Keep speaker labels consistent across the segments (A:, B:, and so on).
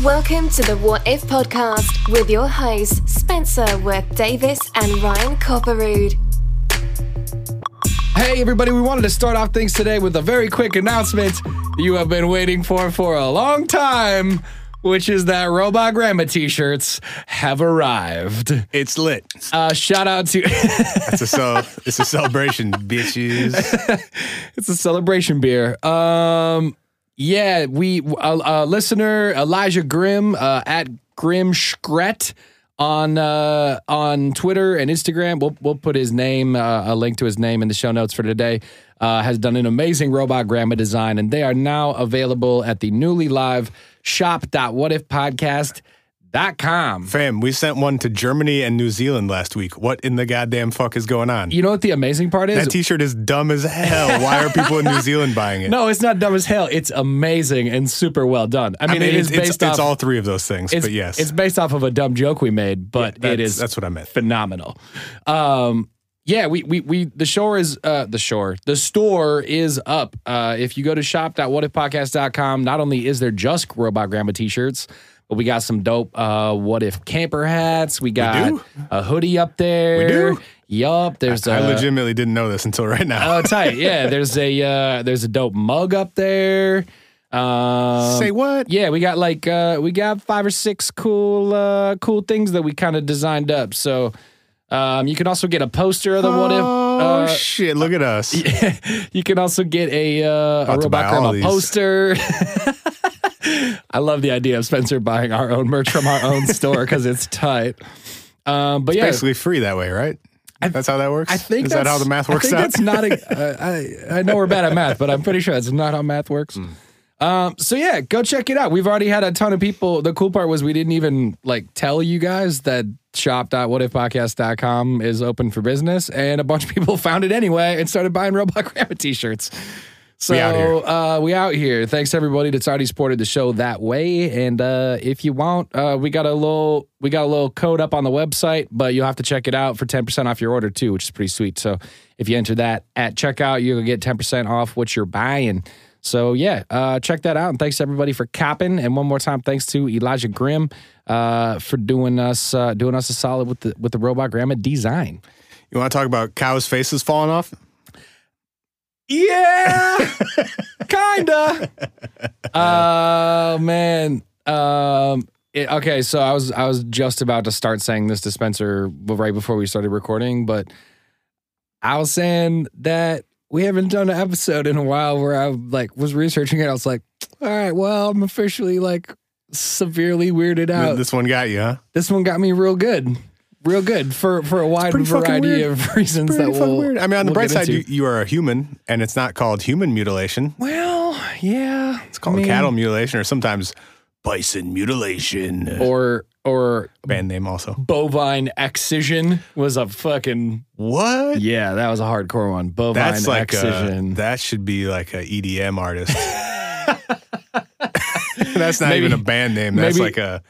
A: Welcome to the What If podcast with your hosts, Spencer Worth Davis and Ryan Copperood.
B: Hey, everybody, we wanted to start off things today with a very quick announcement you have been waiting for for a long time, which is that Robot Grandma t shirts have arrived.
C: It's lit.
B: Uh, shout out to
C: That's a so. it's a celebration, bitches.
B: it's a celebration beer. Um, yeah, we a, a listener Elijah Grimm uh, at Grim Schret on uh, on Twitter and Instagram. We'll we'll put his name, uh, a link to his name in the show notes for today. Uh, has done an amazing robot grandma design, and they are now available at the newly live shop.whatifpodcast.com.
C: Fam, we sent one to Germany and New Zealand last week. What in the goddamn fuck is going on?
B: You know what the amazing part is?
C: That T-shirt is dumb as hell. Why are people in New Zealand buying it?
B: no, it's not dumb as hell. It's amazing and super well done. I mean, it is
C: it's,
B: based
C: it's,
B: off.
C: it's all three of those things,
B: it's,
C: but yes,
B: it's based off of a dumb joke we made, but
C: that's,
B: it is
C: That's what I meant.
B: phenomenal. Um, yeah, we, we we the shore is uh, the shore. The store is up. Uh, if you go to shop.whatifpodcast.com, not only is there just Robot Grandma t-shirts, but we got some dope uh, what if camper hats. We got
C: do?
B: a hoodie up there.
C: do?
B: Yup, there's
C: I
B: a
C: legitimately didn't know this until right now.
B: oh tight. Yeah, there's a uh, there's a dope mug up there. Um,
C: Say what?
B: yeah, we got like uh we got five or six cool uh cool things that we kind of designed up. So um you can also get a poster of the what if
C: oh
B: uh,
C: shit! Look at us.
B: you can also get a uh a
C: About to buy
B: robot
C: all
B: grandma
C: these.
B: poster. I love the idea of Spencer buying our own merch from our own store cuz it's tight. Um but yeah,
C: Basically free that way, right? that's how that works.
B: I think
C: is that
B: that's-
C: how the math
B: I
C: works
B: think
C: out?
B: That's not a, I, I, I know we're bad at math, but I'm pretty sure that's not how math works.
C: Hmm.
B: Um, so yeah, go check it out. We've already had a ton of people. The cool part was we didn't even like tell you guys that shop.whatifpodcast.com is open for business, and a bunch of people found it anyway and started buying Robot Grandma t-shirts. So
C: We out here.
B: Uh, we out here. Thanks everybody that's already supported the show that way. And uh, if you want, uh, we got a little we got a little code up on the website, but you'll have to check it out for ten percent off your order too, which is pretty sweet. So if you enter that at checkout, you'll get ten percent off what you're buying. So yeah, uh, check that out. And thanks everybody for copping. And one more time, thanks to Elijah Grimm uh, for doing us uh, doing us a solid with the with the robot grandma design.
C: you want to talk about cows' faces falling off?
B: Yeah, kinda. Oh man. Um, it- okay, so I was I was just about to start saying this to Spencer right before we started recording, but I was saying that we haven't done an episode in a while where I like was researching it. I was like, all right, well, I'm officially like severely weirded out. This,
C: This one got you, huh?
B: one got me real good, real good for for a wide
C: pretty fucking
B: variety
C: weird.
B: of reasons
C: pretty
B: that
C: fucking
B: we'll.
C: weird. I mean, on the
B: we'll
C: bright
B: get
C: side,
B: into.
C: you, you are a human, and it's not called human mutilation.
B: Well, yeah,
C: It's called cattle mutilation, or sometimes bison mutilation.
B: or or
C: Band name also.
B: bovine excision was a fucking
C: What?
B: yeah, that was a hardcore one. Bovine
C: That's like a,
B: excision.
C: that should be like a EDM artist. that's not
B: Maybe-
C: even a band name. That's
B: maybe-
C: like a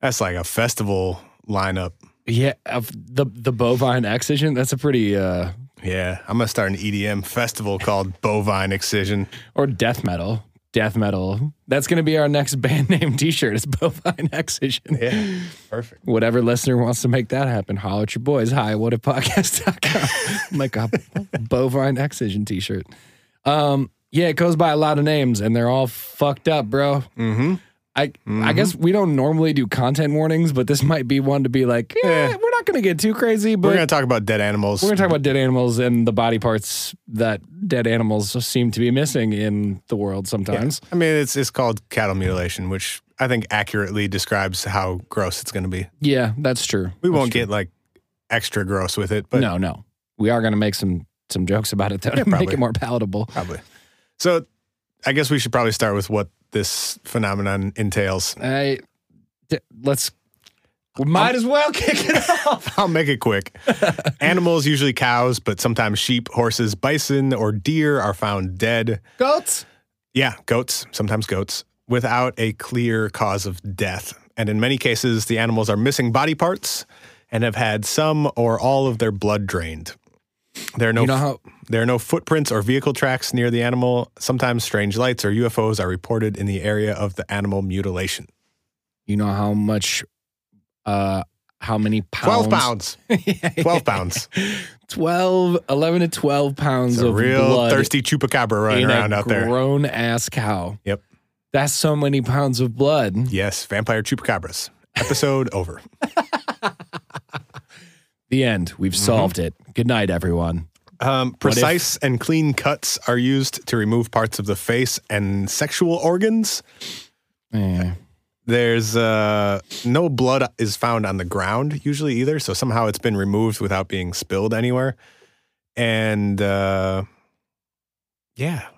C: that's like a festival lineup.
B: yeah, of the the bovine excision. That's a pretty uh
C: Yeah, I'm gonna start an EDM festival called Bovine Excision.
B: or death metal. Death metal. That's gonna be our next band name T-shirt. Is bovine excision.
C: Yeah, perfect.
B: Whatever listener wants to make that happen, holler at your boys. Hi, what a podcast.com. like a bovine excision T-shirt. Um, yeah, it goes by a lot of names, and they're all fucked up, bro.
C: Mm-hmm.
B: I I guess we don't normally do content warnings, but this might be one to be like, eh,
C: Yeah.
B: we're not going to get too crazy, but
C: We're gonna talk about dead animals.
B: talk about dead animals and the body parts that dead animals seem to be missing in the world sometimes.
C: I mean, it's it's called cattle mutilation, which I think accurately describes how gross it's going to be.
B: Yeah, that's true.
C: We won't get like extra gross with it, but
B: no, no, we are going to make some some jokes about it though to make
C: probably.
B: it more palatable.
C: probably. So, I guess we should probably start with what this phenomenon entails.
B: I d- let's we might as well kick it off.
C: I'll make it quick. Animals, usually cows, but sometimes sheep, horses, bison, or deer, are found dead.
B: Goats.
C: Yeah, goats, sometimes goats, without a clear cause of death. And in many cases, the animals are missing body parts and have had some or all of their blood drained. There are no
B: You know how
C: there are no footprints or vehicle tracks near the animal. Sometimes strange lights or UFOs are reported in the area of the animal mutilation.
B: You know how much, uh, how many pounds?
C: Twelve pounds. Twelve pounds.
B: 12, 11 to 12 pounds
C: It's a
B: of
C: real
B: blood
C: thirsty chupacabra running
B: in
C: around
B: a
C: out there.
B: grown ass cow.
C: Yep.
B: That's so many pounds of blood.
C: Yes, vampire chupacabras. Episode over.
B: The end. We've
C: Mm-hmm.
B: solved it. Good night, everyone.
C: Um, precise and clean cuts are used to remove parts of the face and sexual organs.
B: Yeah.
C: There's uh, no blood is found on the ground usually either, so somehow it's been removed without being spilled anywhere. And uh, yeah,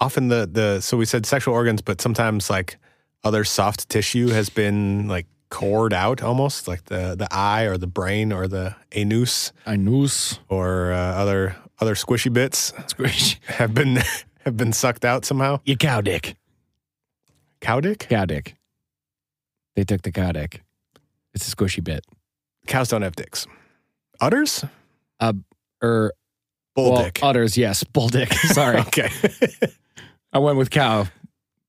C: often the the so we said sexual organs, but sometimes like other soft tissue has been like cored out almost, like the the eye or the brain or the anus
B: A noose.
C: or uh, other other squishy bits
B: Squish.
C: have been have been sucked out somehow.
B: Your cow dick.
C: Cow dick?
B: Cow dick. They took the cow dick. It's a squishy bit.
C: Cows don't have dicks. Udders?
B: Or
C: Bull
B: well,
C: dick.
B: udders, yes. Bull dick. Sorry.
C: okay.
B: I went with cow.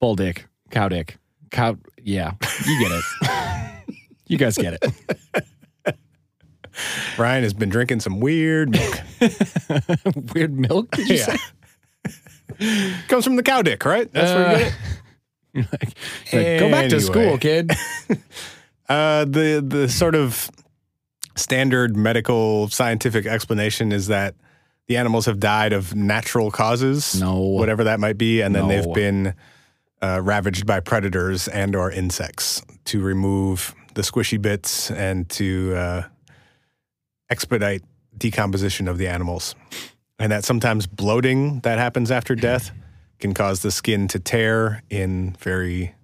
B: Bull dick. Cow dick. Cow. Yeah. You get it. you guys get it.
C: Ryan has been drinking some weird milk.
B: Weird milk, did you say?
C: Comes from the cow dick, right? That's where you get it.
B: You're like, you're like, go back to school,
C: Anyway.
B: kid.
C: Uh, the the sort of standard medical scientific explanation is that the animals have died of natural causes,
B: No.
C: whatever that might be, and
B: No.
C: then they've been uh, ravaged by predators and or insects to remove the squishy bits and to uh, expedite decomposition of the animals, and that sometimes bloating that happens after death can cause the skin to tear in very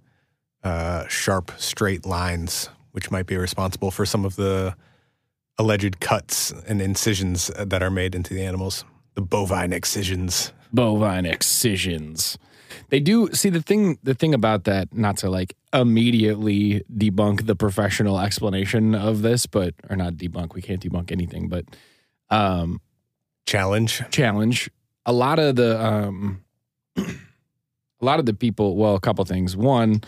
C: uh, sharp, straight lines, which might be responsible for some of the alleged cuts and incisions uh, that are made into the animals. The bovine excisions.
B: bovine excisions. They do see the thing the thing about that, not to like immediately debunk the professional explanation of this, but or not debunk, we can't debunk anything, but um
C: Challenge.
B: challenge. A lot of the um a lot of the people, well, a couple things. One,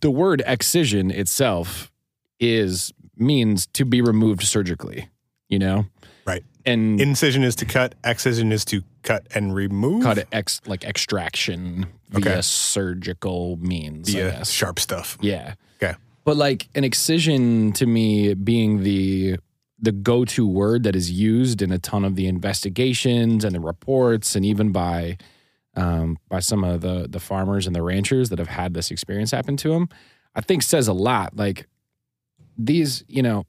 B: the word excision itself is means to be removed surgically, you know?
C: Right.
B: And
C: Incision is to cut, excision is to cut and remove.
B: cut ex like extraction via
C: Okay.
B: surgical means. I
C: Yeah,
B: guess.
C: uh, sharp stuff.
B: Yeah.
C: Okay.
B: But like an excision to me being the the go-to word that is used in a ton of the investigations and the reports and even by um, by some of the the farmers and the ranchers that have had this experience happen to them, I think says a lot. Like these, you know,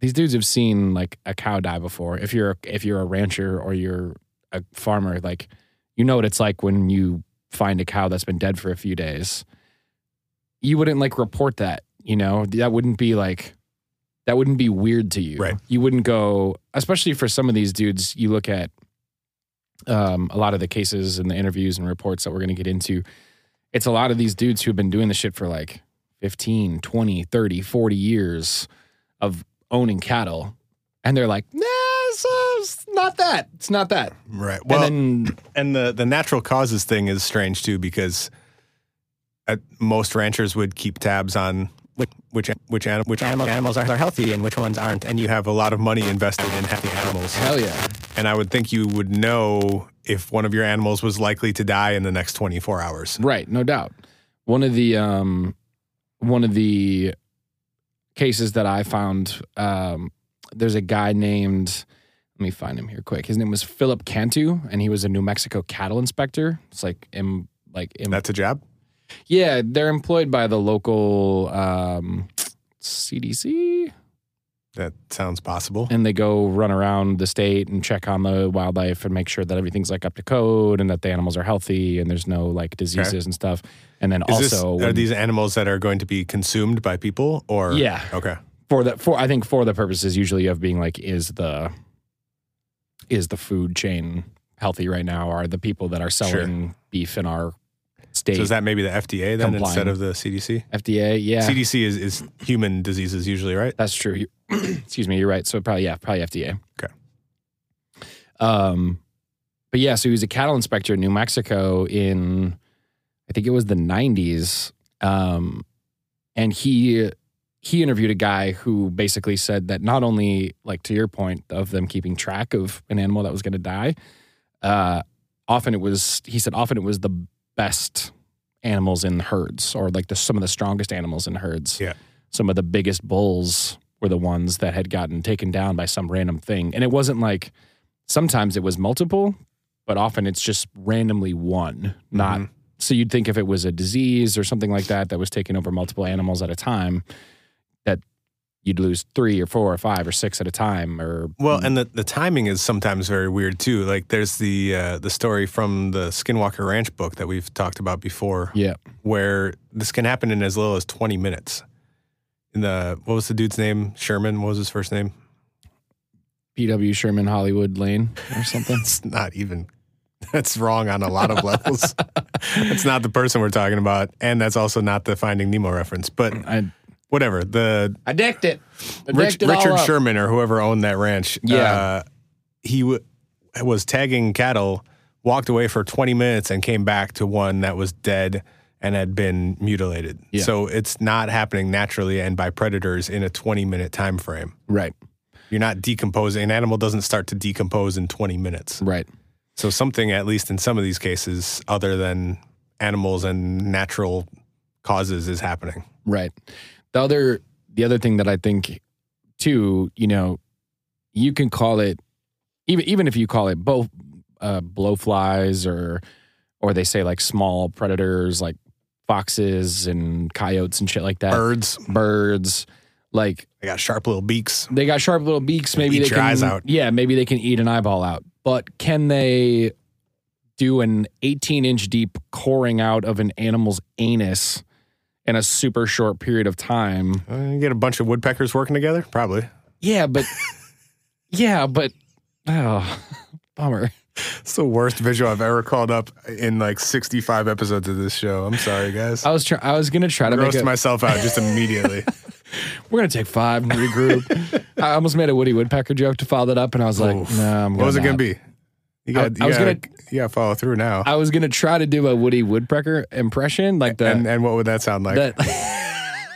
B: these dudes have seen like a cow die before. If you're if you're a rancher or you're a farmer, like you know what it's like when you find a cow that's been dead for a few days. You wouldn't like report that, you know. That wouldn't be like that wouldn't be weird to you.
C: Right.
B: You wouldn't go, especially for some of these dudes. You look at um, a lot of the cases and the interviews and reports that we're going to get into. It's a lot of these dudes who have been doing this shit for like 15, 20, 30, 40 years of owning cattle. And they're like, nah, it's, uh, it's not that. It's not that.
C: Right. Well, and,
B: and then,
C: the, the natural causes thing is strange too because at most ranchers would keep tabs on which which which, anim- which animals animals are healthy and which ones aren't, and you have a lot of money invested in healthy animals.
B: hell yeah.
C: And I would think you would know if one of your animals was likely to die in the next 24 hours.
B: Right, no doubt. One of the um, one of the cases that I found, um, there's a guy named. Let me find him here quick. His name was Philip Cantu, and he was a New Mexico cattle inspector. It's like em, like em,
C: That's a job?
B: yeah, they're employed by the local um, CDC,
C: That sounds possible.
B: and they go run around the state and check on the wildlife and make sure that everything's like up to code and that the animals are healthy and there's no like diseases and stuff. And then
C: Is
B: also,
C: this, are
B: when-
C: these animals that are going to be consumed by people or?
B: yeah,
C: Okay.
B: for the for I think for the purposes usually of being like is the is the food chain healthy right now? Are the people that are selling beef in our state
C: So is that maybe the FDA then
B: Complying.
C: instead of the CDC?
B: FDA? Yeah,
C: CDC is, is human diseases usually, right?
B: that's true. You- Excuse me, you're right. So probably yeah, probably FDA.
C: Okay.
B: Um, but yeah, so he was a cattle inspector in New Mexico in I think it was the 90s, Um, and he he interviewed a guy who basically said that not only like to your point of them keeping track of an animal that was going to die, uh, often it was he said often it was the best animals in herds or like the some of the strongest animals in herds.
C: Yeah.
B: Some of the biggest bulls were the ones that had gotten taken down by some random thing, and it wasn't like sometimes it was multiple, but often it's just randomly one, not
C: Mhm.
B: so you'd think if it was a disease or something like that that was taking over multiple animals at a time, that you'd lose three or four or five or six at a time. Or Mm.
C: Well, and the, the timing is sometimes very weird too. Like there's the uh, the story from the Skinwalker Ranch book that we've talked about before,
B: yeah,
C: where this can happen in as little as 20 minutes. In the what was the dude's name? Sherman. What was his first name?
B: P.W. Sherman Hollywood Lane or something.
C: That's not even. That's wrong on a lot of levels. That's not the person we're talking about, and that's also not the Finding Nemo reference. But
B: I
C: whatever the
B: I decked it. I
C: Rich,
B: decked it all
C: Richard
B: up.
C: Sherman or whoever owned that ranch.
B: Yeah.
C: uh, he w- was tagging cattle, walked away for 20 minutes, and came back to one that was dead and had been mutilated.
B: Yeah.
C: So it's not happening naturally and by predators in a 20 minute time frame.
B: Right,
C: You're not decomposing. An animal doesn't start to decompose in 20 minutes.
B: right.
C: So something, at least in some of these cases, other than animals and natural causes, is happening.
B: Right. The other the other thing that I think too, you know, you can call it even even if you call it both uh, blowflies or or they say like small predators like foxes and coyotes and shit like that.
C: Birds,
B: Birds. Like
C: they got sharp little beaks.
B: they got sharp little beaks. Maybe
C: Eat
B: they
C: your
B: can
C: eyes out.
B: Yeah, maybe they can eat an eyeball out. But can they do an 18 inch deep coring out of an animal's anus in a super short period of time?
C: Uh, you get a bunch of woodpeckers working together? Probably.
B: Yeah, but yeah, but oh, bummer.
C: It's the worst visual I've ever called up in like 65 episodes of this show. I'm sorry, guys.
B: I was trying. I was gonna try to make
C: Roast
B: it.
C: myself out just immediately.
B: we're gonna take five and regroup. I almost made a Woody Woodpecker joke to follow that up, and I was like,
C: Oof.
B: no, I'm
C: what was it
B: gonna
C: going to be? You got
B: I
C: you
B: was
C: gotta,
B: gonna-
C: you gotta follow through now.
B: I was gonna try to do a Woody Woodpecker impression, like the
C: and and what would that sound like?
B: uh, that.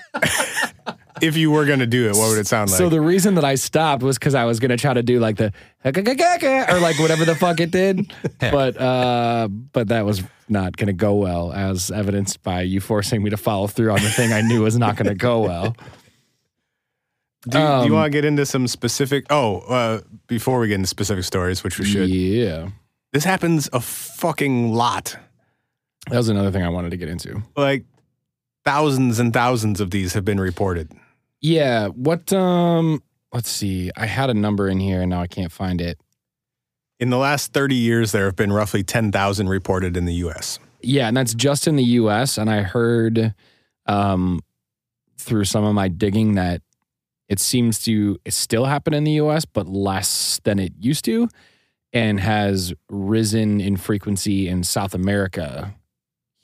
C: if you were going to do it, what would it sound like?
B: So the reason that I stopped was because I was gonna try to do like the or like whatever the fuck it did, but uh, but that was not gonna go well, as evidenced by you forcing me to follow through on the thing I knew was not gonna go well.
C: do, you- do
B: um,
C: you want to get into some specific? Oh, uh, before we get into specific stories, which we should,
B: Yeah,
C: this happens a fucking lot.
B: that was another thing I wanted to get into.
C: Like thousands and thousands of these have been reported.
B: Yeah, what? Um, let's see. I had a number in here and now I can't find it.
C: In the last 30 years, there have been roughly 10,000 reported in the US.
B: Yeah, and that's just in the U.S. And I heard um, through some of my digging that it seems to it still happen in the U.S., but less than it used to, and has risen in frequency in South America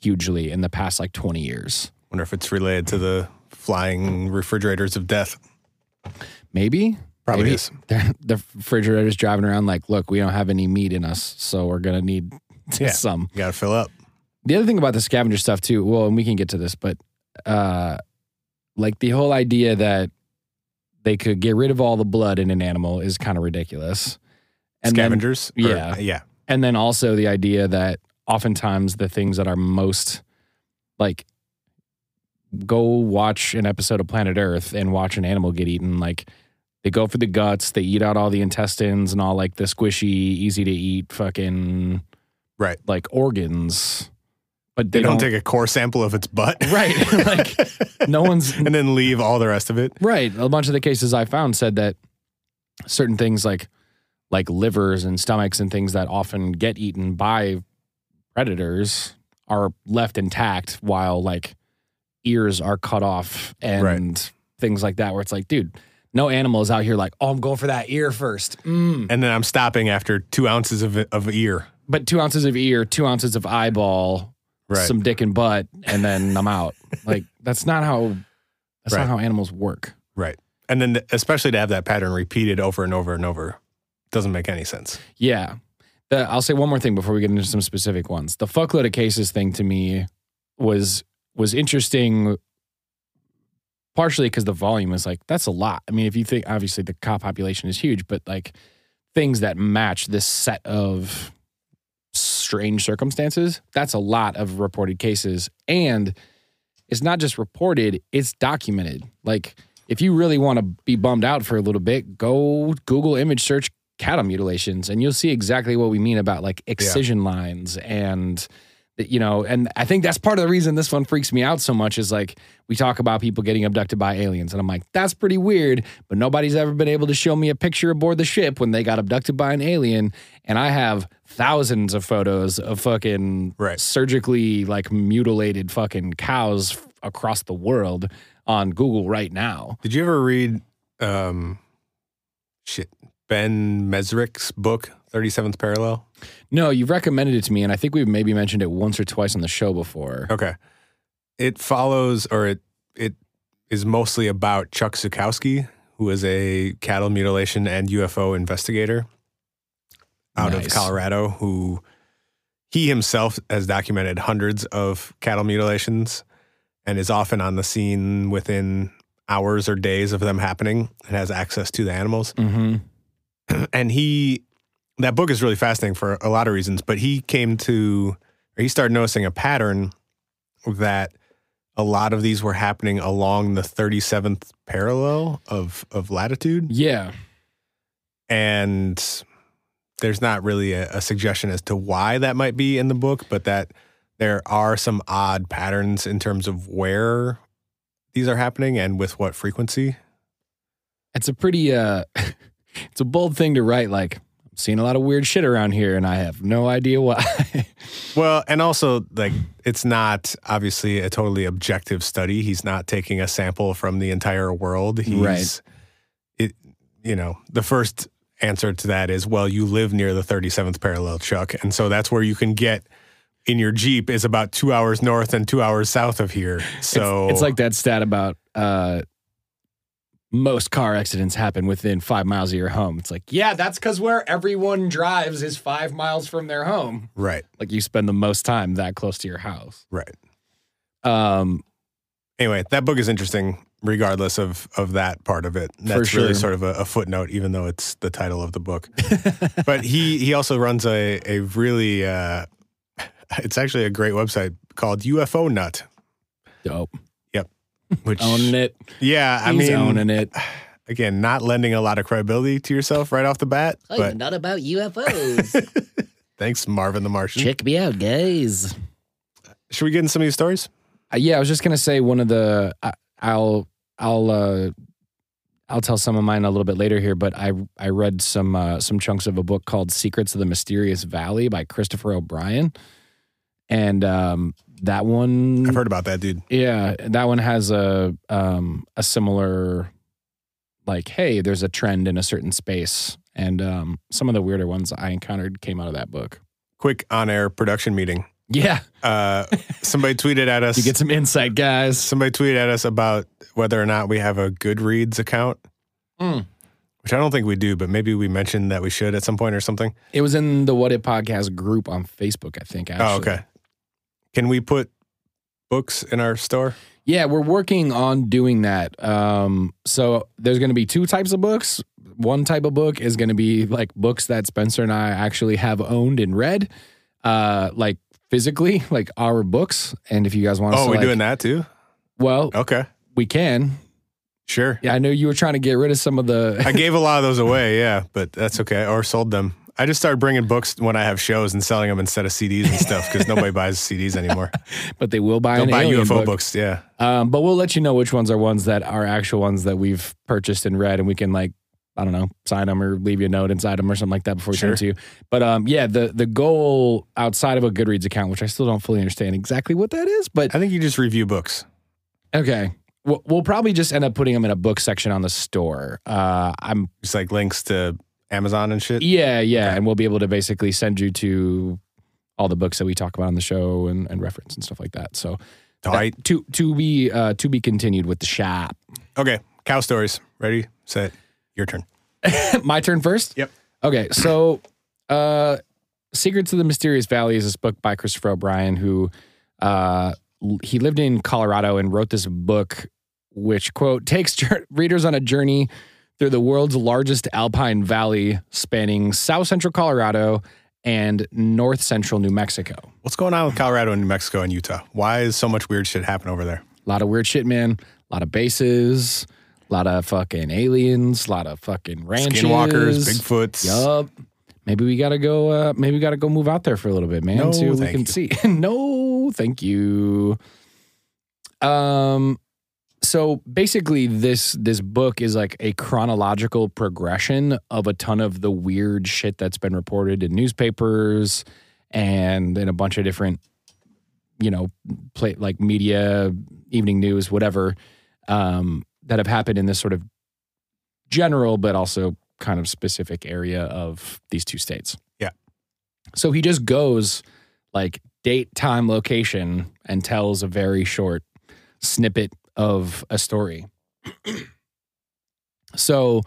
B: hugely in the past like 20 years.
C: Wonder if it's related to the flying refrigerators of death.
B: Maybe
C: Probably
B: Maybe.
C: is.
B: the the refrigerator's driving around like, look, we don't have any meat in us, so we're gonna need
C: Yeah.
B: some.
C: You gotta fill up.
B: the other thing about the scavenger stuff too well and we can get to this but uh like the whole idea that they could get rid of all the blood in an animal is kind of ridiculous and then,
C: Scavengers? Or- uh,
B: yeah.
C: yeah.
B: and then also the idea that oftentimes the things that are most like go watch an episode of planet earth and watch an animal get eaten like they go for the guts they eat out all the intestines and all like the squishy easy to eat fucking
C: Right.
B: like organs but
C: They, don't, take a core sample of its butt.
B: Right. Like, no one's
C: and then leave all the rest of it.
B: right. A bunch of the cases I found said that certain things like like livers and stomachs and things that often get eaten by predators are left intact while like ears are cut off and things like that where it's like dude no animal is out here like oh i'm going for that ear first mm.
C: And then I'm stopping after two ounces of, of ear.
B: but two ounces of ear two ounces of eyeball
C: Right.
B: some dick and butt and then i'm out like that's not how that's
C: Right.
B: not how animals work
C: right. And then, especially to have that pattern repeated over and over and over doesn't make any sense.
B: Yeah. The, I'll say one more thing before we get into some specific ones. The fuckload of cases thing to me was was interesting partially because the volume is like that's a lot i mean if you think obviously the cow population is huge but like things that match this set of strange circumstances that's a lot of reported cases and it's not just reported it's documented like if you really want to be bummed out for a little bit go google image search cattle mutilations and you'll see exactly what we mean about like excision lines and that, you know and i think that's part of the reason this one freaks me out so much is like we talk about people getting abducted by aliens and i'm like that's pretty weird but nobody's ever been able to show me a picture aboard the ship when they got abducted by an alien and i have thousands of photos of fucking
C: Right.
B: surgically like mutilated fucking cows f- across the world on google right now
C: Did you ever read um shit Ben Mesrick's book 37th Parallel?
B: no you've recommended it to me and i think we've maybe mentioned it once or twice on the show before
C: Okay. It follows or it it is mostly about Chuck Zukowski, who is a cattle mutilation and UFO investigator out of
B: Nice.
C: Colorado who he himself has documented hundreds of cattle mutilations and is often on the scene within hours or days of them happening and has access to the animals.
B: mm-hmm
C: and he that book is really fascinating for a lot of reasons but he came to or he started noticing a pattern that a lot of these were happening along the 37th parallel of of latitude
B: yeah
C: and there's not really a, a suggestion as to why that might be in the book but that there are some odd patterns in terms of where these are happening and with what frequency
B: it's a pretty uh it's a bold thing to write like i'm seeing a lot of weird shit around here and i have no idea why
C: Well, and also like it's not obviously a totally objective study. He's not taking a sample from the entire world. He's
B: Right.
C: it you know, the first answer to that is well, you live near the 37th parallel, Chuck, and so that's where you can get in your Jeep is about 2 hours north and 2 hours south of here. So
B: it's like that stat about uh most car accidents happen within five miles of your home it's like yeah that's because where everyone drives is five miles from their home
C: right,
B: like you spend the most time that close to your house
C: right.
B: um
C: Anyway, that book is interesting regardless of of that part of it. That's
B: sure.
C: really sort of a, a footnote even though it's the title of the book. but he he also runs a a really uh, it's actually a great website called UFO Nut,
B: dope
C: which
B: owning it
C: yeah, I
B: He's
C: mean
B: owning it
C: again, not lending a lot of credibility to yourself right off the bat,
D: Oh,
C: but
D: not about UFOs.
C: thanks Marvin the Martian.
D: Check me out, guys.
C: Should we get in some of these stories?
B: Uh, yeah, I was just gonna say one of the I, I'll I'll uh, I'll tell some of mine a little bit later here, but I I read some uh, some chunks of a book called Secrets of the Mysterious Valley by Christopher O'Brien, and um, that one
C: I've heard about that dude.
B: yeah, that one has a um a similar like hey, there's a trend in a certain space, and um some of the weirder ones I encountered came out of that book.
C: Quick on-air production meeting.
B: Yeah,
C: Uh, somebody tweeted at us.
B: you get some insight, guys.
C: somebody tweeted at us about whether or not we have a Goodreads account,
B: Mm.
C: which I don't think we do, but maybe we mentioned that we should at some point or something.
B: It was in the What It podcast group on Facebook, I think. Actually.
C: Oh, okay. Can we put books in our store?
B: Yeah, we're working on doing that. Um, so there's going to be two types of books. One type of book is going to be like books that Spencer and I actually have owned and read, uh, like physically, like our books. And if you guys want to,
C: Oh, we're
B: like,
C: doing that Oh. too?
B: Well,
C: Okay.
B: we can.
C: Sure.
B: Yeah, I know you were trying to get rid of some of the.
C: I gave a lot of those away, yeah, but that's okay. Or sold them. I just started bringing books when I have shows and selling them instead of CDs and stuff because nobody buys CDs anymore.
B: but they will buy
C: Don't
B: an
C: buy
B: alien
C: UFO
B: book.
C: books. Yeah.
B: Um, but we'll let you know which ones are ones that are actual ones that we've purchased and read, and we can like I don't know sign them or leave you a note inside them or something like that before we send it to you. But um, yeah, the the goal outside of a Goodreads account, which I still don't fully understand exactly what that is, but
C: I think you just review books.
B: okay. We'll we'll probably just end up putting them in a book section on the store. Uh, I'm
C: Just like links to Amazon and shit.
B: yeah, yeah, and we'll be able to basically send you to all the books that we talk about on the show and, and reference and stuff like that. So
C: All right.
B: to to be uh, to be continued with the shop.
C: Okay. Cow stories. Ready, set, your turn.
B: My turn first.
C: Yep.
B: Okay, so uh Secrets of the Mysterious Valley is this book by Christopher O'Brien who uh he lived in Colorado and wrote this book, which quote takes jour- readers on a journey through the world's largest alpine valley, spanning south central Colorado and north central New Mexico.
C: What's going on with Colorado and New Mexico and Utah? Why is so much weird shit happen over there?
B: A lot of weird shit, man. A lot of bases, a lot of fucking aliens, a lot of fucking ranches,
C: Skinwalkers, Bigfoots.
B: Yup. Maybe we gotta go. Uh, maybe we gotta go move out there for a little bit, man.
C: No,
B: see what we
C: thank
B: can
C: you.
B: see. no, thank you. Um. So basically, this this book is like a chronological progression of a ton of the weird shit that's been reported in newspapers and in a bunch of different, you know, play, like media, evening news, whatever, um, that have happened in this sort of general but also kind of specific area of these two states.
C: Yeah.
B: So he just goes like date, time, location, and tells a very short snippet of a story. so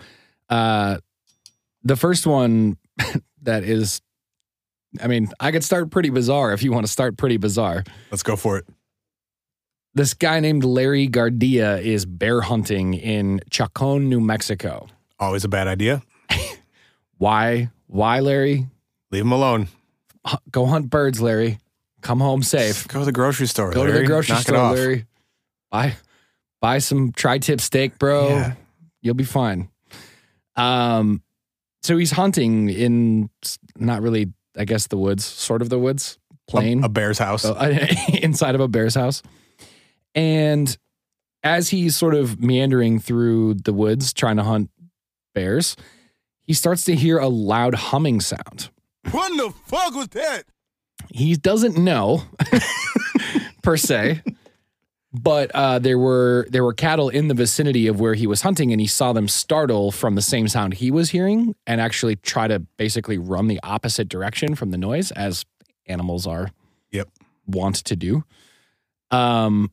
B: uh the first one that is I mean, I could start pretty bizarre if you want to start pretty bizarre.
C: Let's go for it.
B: This guy named Larry Gardia is bear hunting in Chacon, New Mexico.
C: Always a bad idea.
B: Why? Why, Larry?
C: Leave them alone.
B: H- Go hunt birds, Larry. Come home safe.
C: Go to the grocery store.
B: Go to the
C: Larry.
B: grocery
C: Knock it
B: store,
C: off.
B: Larry. Buy, buy some tri-tip steak, bro.
C: Yeah.
B: You'll be fine. Um, so he's hunting in s- not really, I guess, the woods, sort of the woods, plain
C: A, a bear's house.
B: so, inside of a bear's house. And as he's sort of meandering through the woods trying to hunt bears, he starts to hear a loud humming sound.
E: What in the fuck was that?
B: he doesn't know per se but uh, there were there were cattle in the vicinity of where he was hunting and he saw them startle from the same sound he was hearing and actually try to basically run the opposite direction from the noise as animals are
C: Yep.
B: want to do um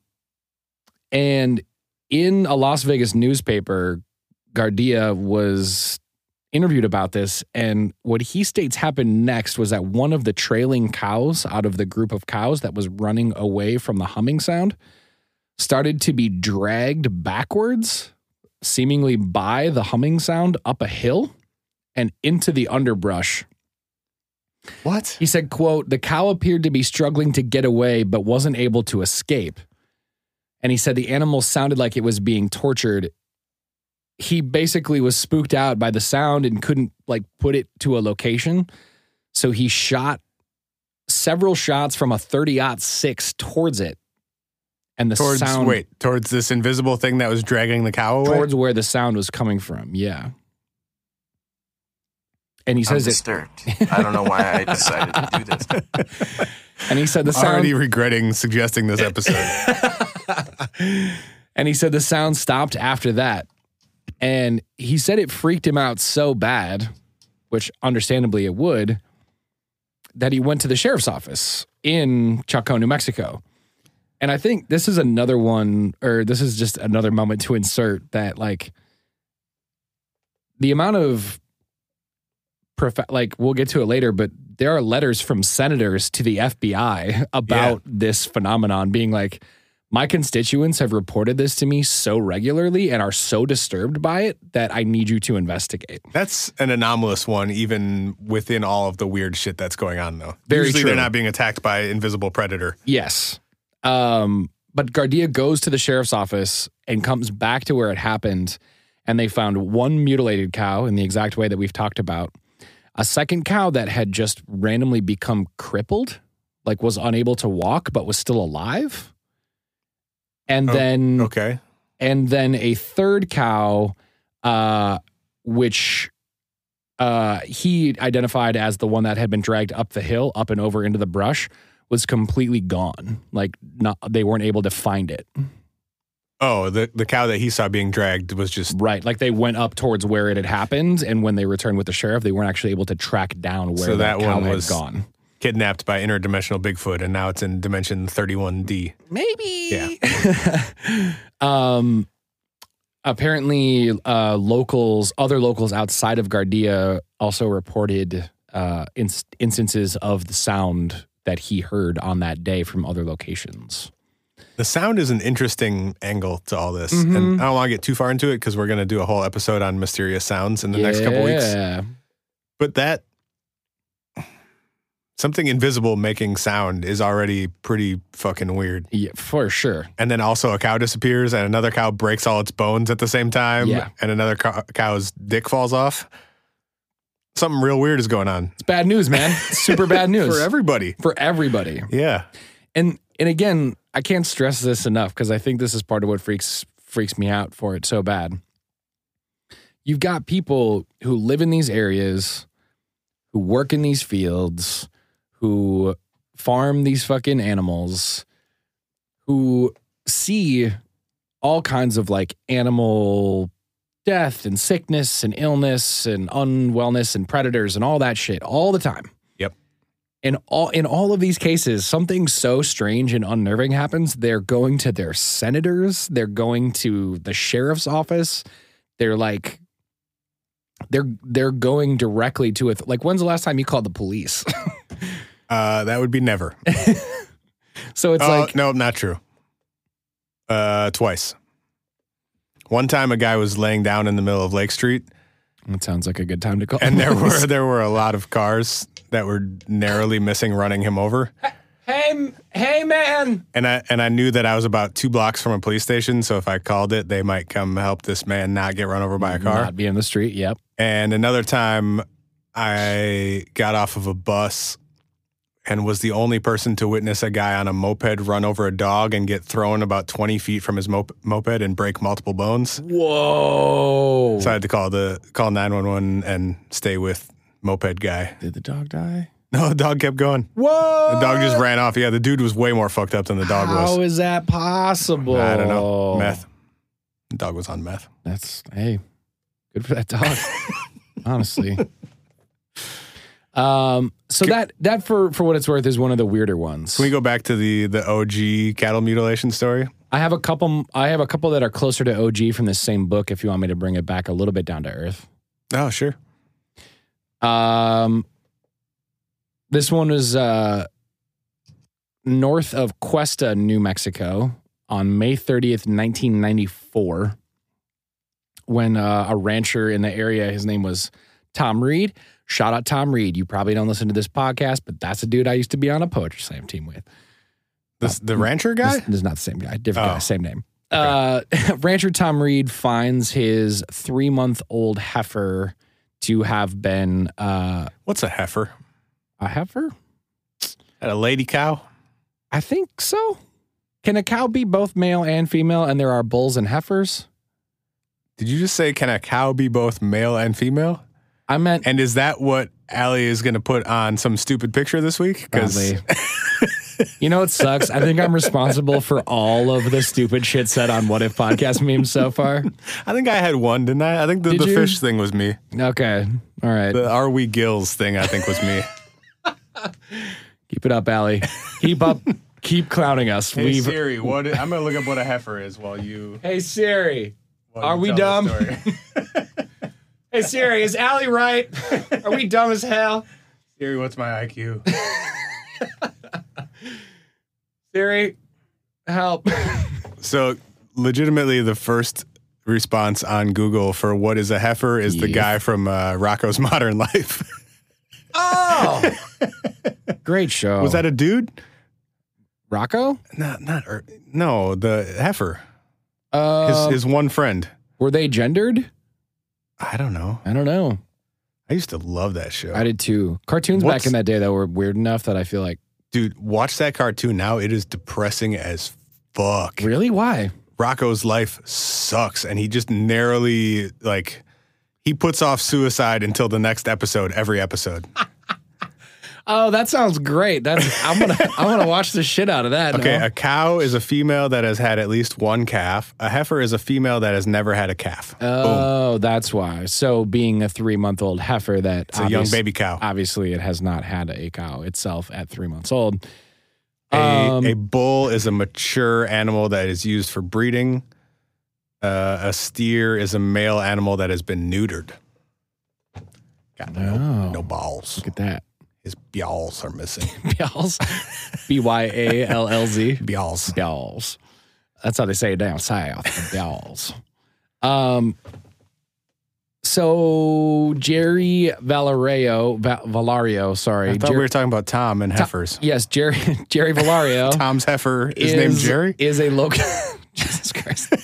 B: and in a Las Vegas newspaper Gardia was interviewed about this, and what he states happened next was that one of the trailing cows out of the group of cows that was running away from the humming sound started to be dragged backwards, seemingly by the humming sound up a hill and into the underbrush.
C: What?
B: He said, quote, the cow appeared to be struggling to get away but wasn't able to escape. And he said the animal sounded like it was being tortured. He basically was spooked out by the sound and couldn't like put it to a location. So he shot several shots from a 30 six towards it. And the
C: Towards
B: sound
C: wait, towards this invisible thing that was dragging the cow away.
B: towards where the sound was coming from. Yeah. And he
F: I'm
B: says it
F: disturbed. I don't know why I decided to do this.
B: and he said the sound
C: Already regretting suggesting this episode.
B: and he said the sound stopped after that. And he said it freaked him out so bad, which understandably it would, that he went to the sheriff's office in Chaco, New Mexico. And I think this is another one, or this is just another moment to insert that, like, the amount of, prof- like, we'll get to it later, but there are letters from senators to the FBI about this phenomenon being like, my constituents have reported this to me so regularly and are so disturbed by it that I need you to investigate.
C: that's an anomalous one, even within all of the weird shit that's going on, though.
B: Very
C: Usually
B: true.
C: they're not being attacked by invisible predator.
B: Yes. Um, but Gardia goes to the sheriff's office and comes back to where it happened. And they found one mutilated cow in the exact way that we've talked about, a second cow that had just randomly become crippled, like was unable to walk, but was still alive. And
C: Oh,
B: then
C: Okay.
B: and then a third cow, uh, which uh, he identified as the one that had been dragged up the hill, up and over into the brush, was completely gone. Like not, they weren't able to find it.
C: Oh, the, the cow that he saw being dragged was just
B: Right, like they went up towards where it had happened, and when they returned with the sheriff, they weren't actually able to track down where
C: So
B: that,
C: that
B: cow
C: one
B: had
C: was-
B: gone.
C: kidnapped by interdimensional Bigfoot, and now it's in dimension 31D.
B: Maybe.
C: Yeah.
B: um apparently uh locals other locals outside of Gardia also reported uh ins- instances of the sound that he heard on that day from other locations.
C: The sound is an interesting angle to all this.
B: Mm-hmm.
C: And I don't want to get too far into it because we're going to do a whole episode on mysterious sounds in the next couple weeks.
B: Yeah.
C: But that something invisible making sound is already pretty fucking weird.
B: Yeah, for sure.
C: And then also a cow disappears and another cow breaks all its bones at the same time.
B: Yeah.
C: And another cow- cow's dick falls off. Something real weird is going on
B: It's bad news, man. It's super bad news
C: for everybody.
B: for everybody.
C: Yeah.
B: and and again, I can't stress this enough because I think this is part of what freaks freaks me out for it so bad. You've got people who live in these areas, who work in these fields, who farm these fucking animals, who see all kinds of like animal death and sickness and illness and unwellness and predators and all that shit all the time in all in all of these cases, something so strange and unnerving happens. They're going to their senators, they're going to the sheriff's office. They're like they're they're going directly to it. Like when's the last time you called the police?
C: Uh, that would be never.
B: so it's
C: oh,
B: like
C: no, not true. Uh, twice. One time, a guy was laying down in the middle of Lake Street,
B: that sounds like a good time to call. the
C: and there
B: police.
C: were there were a lot of cars that were narrowly missing running him over.
B: Hey m- hey man.
C: And I and I knew that I was about two blocks from a police station, so if I called it, they might come help this man not get run over by a car.
B: Not be in the street, yep.
C: And another time, I got off of a bus and was the only person to witness a guy on a moped run over a dog and get thrown about 20 feet from his mop- moped and break multiple bones.
B: Whoa.
C: So I had to call the call 911 and stay with moped guy.
B: Did the dog die?
C: No, the dog kept going.
B: Whoa.
C: The dog just ran off. Yeah, the dude was way more fucked up than the dog
B: How
C: was.
B: is that possible?
C: I don't know. Meth. The dog was on meth.
B: That's hey, good for that dog. honestly. Um. So that that for for what it's worth is one of the weirder ones.
C: Can we go back to the the OG cattle mutilation story?
B: I have a couple. I have a couple that are closer to OG from this same book. If you want me to bring it back a little bit down to earth.
C: Oh, sure.
B: Um. This one is uh, north of Cuesta, New Mexico, on May 30th, 1994, when uh, a rancher in the area, his name was Tom Reed. Shout out Tom Reed. You probably don't listen to this podcast, but that's a dude I used to be on a poetry slam team with.
C: This, the rancher guy?
B: This, this is not the same guy, different
C: Oh.
B: guy, same name. Uh, Rancher Tom Reed finds his three month old heifer to have been uh,
C: What's a heifer?
B: a heifer.
C: At a lady cow?
B: I think so. Can a cow be both male and female? And there are bulls and heifers.
C: Did you just say can a cow be both male and female?
B: I meant
C: And is that what Allie is going to put on some stupid picture this week?
B: probably. you know what sucks? I think I'm responsible for all of the stupid shit said on What If podcast memes so far.
C: I think I had one, didn't I? I think the,
B: Did
C: the
B: you?
C: fish thing was me.
B: Okay, all right.
C: The are we gills thing I think was me.
B: Keep it up, Allie. Keep up. Keep clowning us. We've
C: Siri, what? I'm going to look up what a heifer is while you.
B: Hey Siri.
C: While
B: Are you we tell the dumb? Hey Siri, is Allie right? Are we dumb as hell?
C: Siri, what's my IQ?
B: Siri, help.
C: So, legitimately, the first response on Google for what is a heifer is the
B: Yeah.
C: guy from uh, Rocco's Modern Life.
B: Oh. Great show.
C: was that a dude?
B: Rocco?
C: No, not er, no. The heifer, his
B: Uh,
C: his one friend.
B: were they gendered?
C: I don't know.
B: I don't know.
C: I used to love that show,
B: I did too. Cartoons
C: What's-
B: back in that day though were weird enough that I feel like
C: dude. Watch that cartoon now. It is depressing as fuck.
B: really why?
C: Rocco's life sucks, and he just narrowly like he puts off suicide until the next episode. Every episode.
B: Oh, that sounds great. That's I'm gonna I wanna watch the shit out of that.
C: Okay,
B: no?
C: a cow is a female that has had at least one calf. A heifer is a female that has never had a calf. Boom.
B: Oh, that's why. So being a three month old heifer that
C: It's a young
B: obvious-
C: baby cow.
B: obviously it has not had a cow itself at three months old.
C: A,
B: Um,
C: a bull is a mature animal that is used for breeding. Uh, a steer is a male animal that has been neutered. Got no,
B: Oh.
C: no balls.
B: Look at that.
C: His balls are missing.
B: Byalls. B Y A L L Z.
C: Balls.
B: Byalls. That's how they say it down south, the dolls. Um, so Jerry Valario, Va- Valario, sorry,
C: I thought
B: Jer-
C: we were talking about Tom and heifers.
B: yes, Jerry Jerry Valario.
C: Tom's heifer is, named Jerry.
B: is a local. Jesus Christ!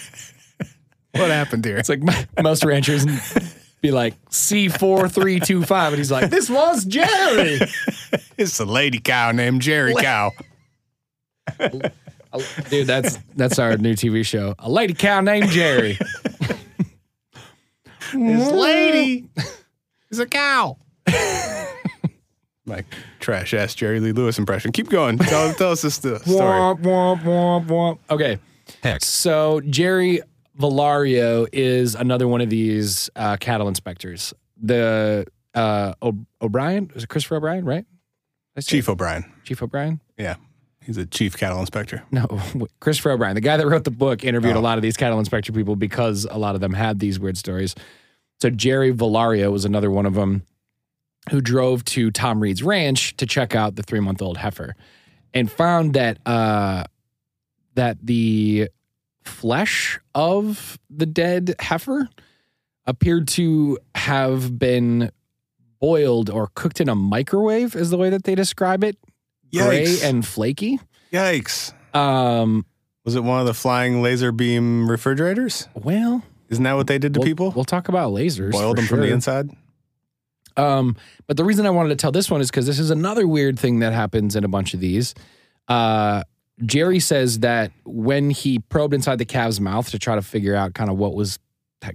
C: What happened here?
B: It's like m- most ranchers be like C four three two five, and he's like, "This was Jerry."
C: It's a lady cow named Jerry Cow.
B: Dude, that's that's our new TV show. A lady cow named Jerry.
C: This lady is a cow. My trash ass Jerry Lee Lewis impression. Keep going. Tell, tell us this the story.
B: Womp, womp, womp, womp. Okay.
G: Heck.
B: So Jerry Valario is another one of these uh, cattle inspectors. The uh, o- O'Brien is it Christopher O'Brien, right? That's
C: Chief O'Brien.
B: Chief O'Brien.
C: Yeah. He's a chief cattle inspector.
B: No, Christopher O'Brien, the guy that wrote the book, interviewed a
C: Oh.
B: lot of these cattle inspector people because a lot of them had these weird stories. So Jerry Valario was another one of them who drove to Tom Reed's ranch to check out the three month old heifer and found that uh, that the flesh of the dead heifer appeared to have been boiled or cooked in a microwave is the way that they describe it gray
C: Yikes.
B: and flaky
C: Yikes.
B: um
C: Was it one of the flying laser beam refrigerators?
B: Well,
C: Isn't that what they did to
B: we'll,
C: people?
B: we'll talk about lasers.
C: Boiled
B: for
C: them from the
B: sure.
C: inside?
B: Um, but the reason I wanted to tell this one is because this is another weird thing that happens in a bunch of these. Uh, Jerry says that when he probed inside the calf's mouth to try to figure out kind of what was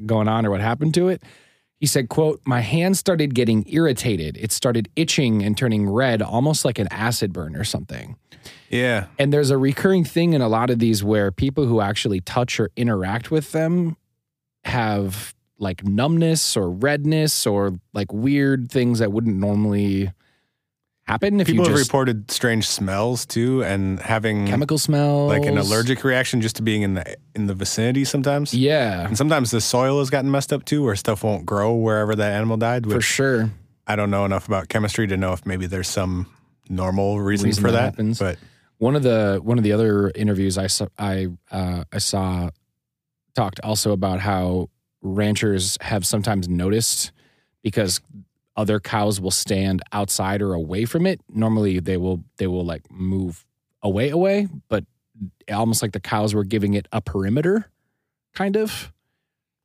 B: going on or what happened to it, he said, "quote My hand started getting irritated. It started itching and turning red, almost like an acid burn or something."
C: Yeah.
B: And there's a recurring thing in a lot of these where people who actually touch or interact with them have like numbness or redness or like weird things that wouldn't normally happen if
C: People
B: you
C: have
B: just
C: reported strange smells too and having
B: chemical smell
C: like an allergic reaction just to being in the in the vicinity sometimes.
B: Yeah,
C: And sometimes the soil has gotten messed up too, where stuff won't grow wherever that animal died. Which
B: for sure.
C: I don't know enough about chemistry to know if maybe there's some normal reason,
B: Reason
C: for
B: that
C: that.
B: happens.
C: But
B: One of the one of the other interviews I saw, I uh, I saw talked also about how ranchers have sometimes noticed because other cows will stand outside or away from it. Normally they will they will like move away away, but almost like the cows were giving it a perimeter, kind of.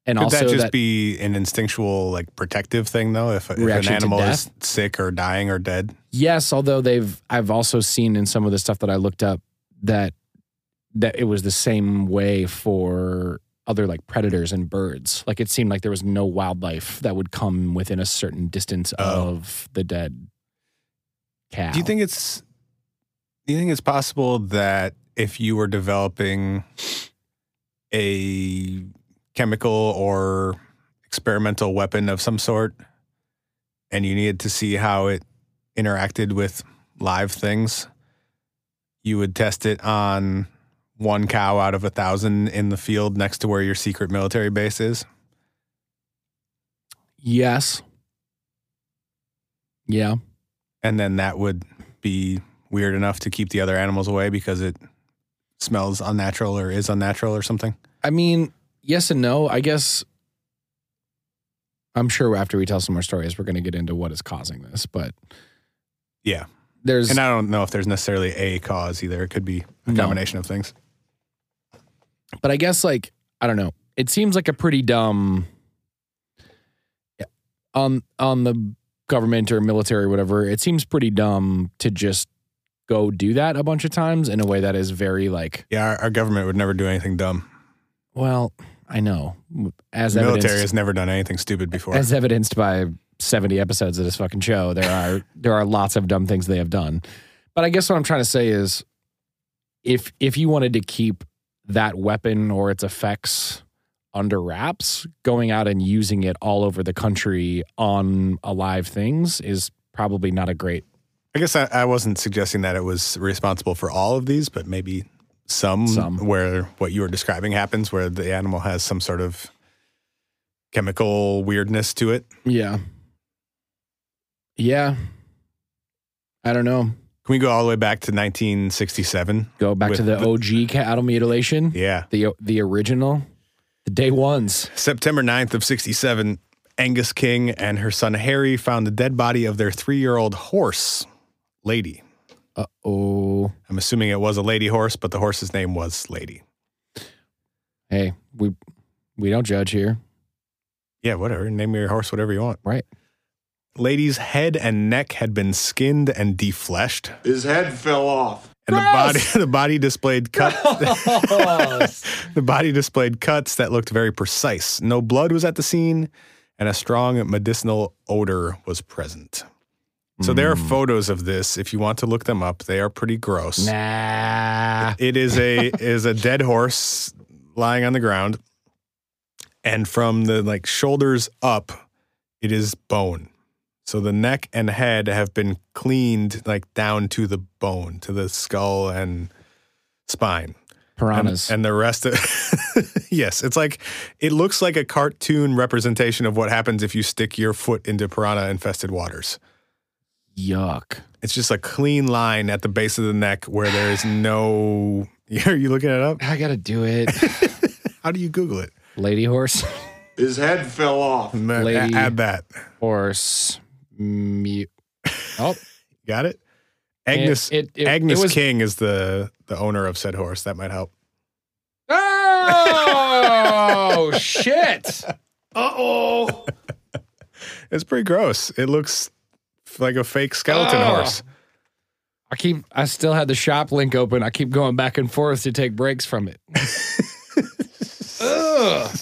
B: And
C: could
B: also
C: that just
B: that-
C: be an instinctual, like protective thing though? If, if an
B: Reaction to
C: animal is sick or dying or dead,
B: Yes, although they've I've also seen in some of the stuff that I looked up that that it was the same way for other like predators and birds. Like it seemed like there was no wildlife that would come within a certain distance
C: Oh.
B: of the dead cow.
C: do you think it's do you think it's possible that if you were developing a chemical or experimental weapon of some sort, and you needed to see how it interacted with live things, you would test it on one cow out of a thousand in the field next to where your secret military base is.
B: Yes. Yeah.
C: And then that would be weird enough to keep the other animals away because it smells unnatural or is unnatural or something.
B: I mean, yes and no. I guess I'm sure after we tell some more stories we're going to get into what is causing this, but
C: Yeah.
B: There's
C: And I don't know if there's necessarily a cause either. It could be a
B: No.
C: combination of things.
B: but I guess like I don't know. It seems like a pretty dumb on on the government or military or whatever. It seems pretty dumb to just go do that a bunch of times in a way that is very like
C: Yeah, our, our government would never do anything dumb.
B: well, I know as
C: the military
B: evidenced,
C: has never done anything stupid before.
B: as evidenced by 70 episodes of this fucking show, there are there are lots of dumb things they have done. But I guess what I'm trying to say is if if you wanted to keep that weapon or its effects under wraps, going out and using it all over the country on alive things is probably not a great
C: I guess I, I wasn't suggesting that it was responsible for all of these, but maybe some,
B: Some.
C: where what you were describing happens, where the animal has some sort of chemical weirdness to it.
B: Yeah. Yeah. I don't know.
C: Can we go all the way back to 1967?
B: Go back
C: With
B: to the, OG cattle mutilation.
C: Yeah.
B: The the original, the day ones.
C: September 9th of 67, Angus King and her son Harry found the dead body of their three year old horse, Lady.
B: Uh oh.
C: I'm assuming it was a lady horse, but the horse's name was Lady.
B: Hey, we we don't judge here.
C: Yeah, whatever. Name your horse whatever you want.
B: Right.
C: Lady's head and neck had been skinned and defleshed,
E: His head fell off.
C: and the body the body displayed cut
B: Gross.
C: the body displayed cuts that looked very precise. No blood was at the scene, and a strong medicinal odor was present. So there are photos of this. If you want to look them up, they are pretty gross.
B: nah.
C: It is a is a dead horse lying on the ground, and from the like shoulders up, it is bone. So the neck and head have been cleaned like down to the bone, to the skull and spine. And-
B: Piranhas.
C: And, the rest of yes, it's like it looks like a cartoon representation of what happens if you stick your foot into piranha infested waters.
B: Yuck.
C: It's just a clean line at the base of the neck where there is no. Are you looking it up?
B: I gotta do it.
C: How do you Google it?
B: Lady horse.
E: His head fell off.
C: Ma- a-
B: Lady-
C: Add that.
B: Horse. Mute. Oh,
C: Got it. Agnes
B: It, it, it-
C: Agnes
B: it was,
C: King is the the owner of said horse. That might help.
B: Oh shit!
C: It's pretty gross. It looks like a fake skeleton
B: Ugh.
C: horse.
B: I keep. I still had the shop link open. I keep going back and forth to take breaks from it. Ugh.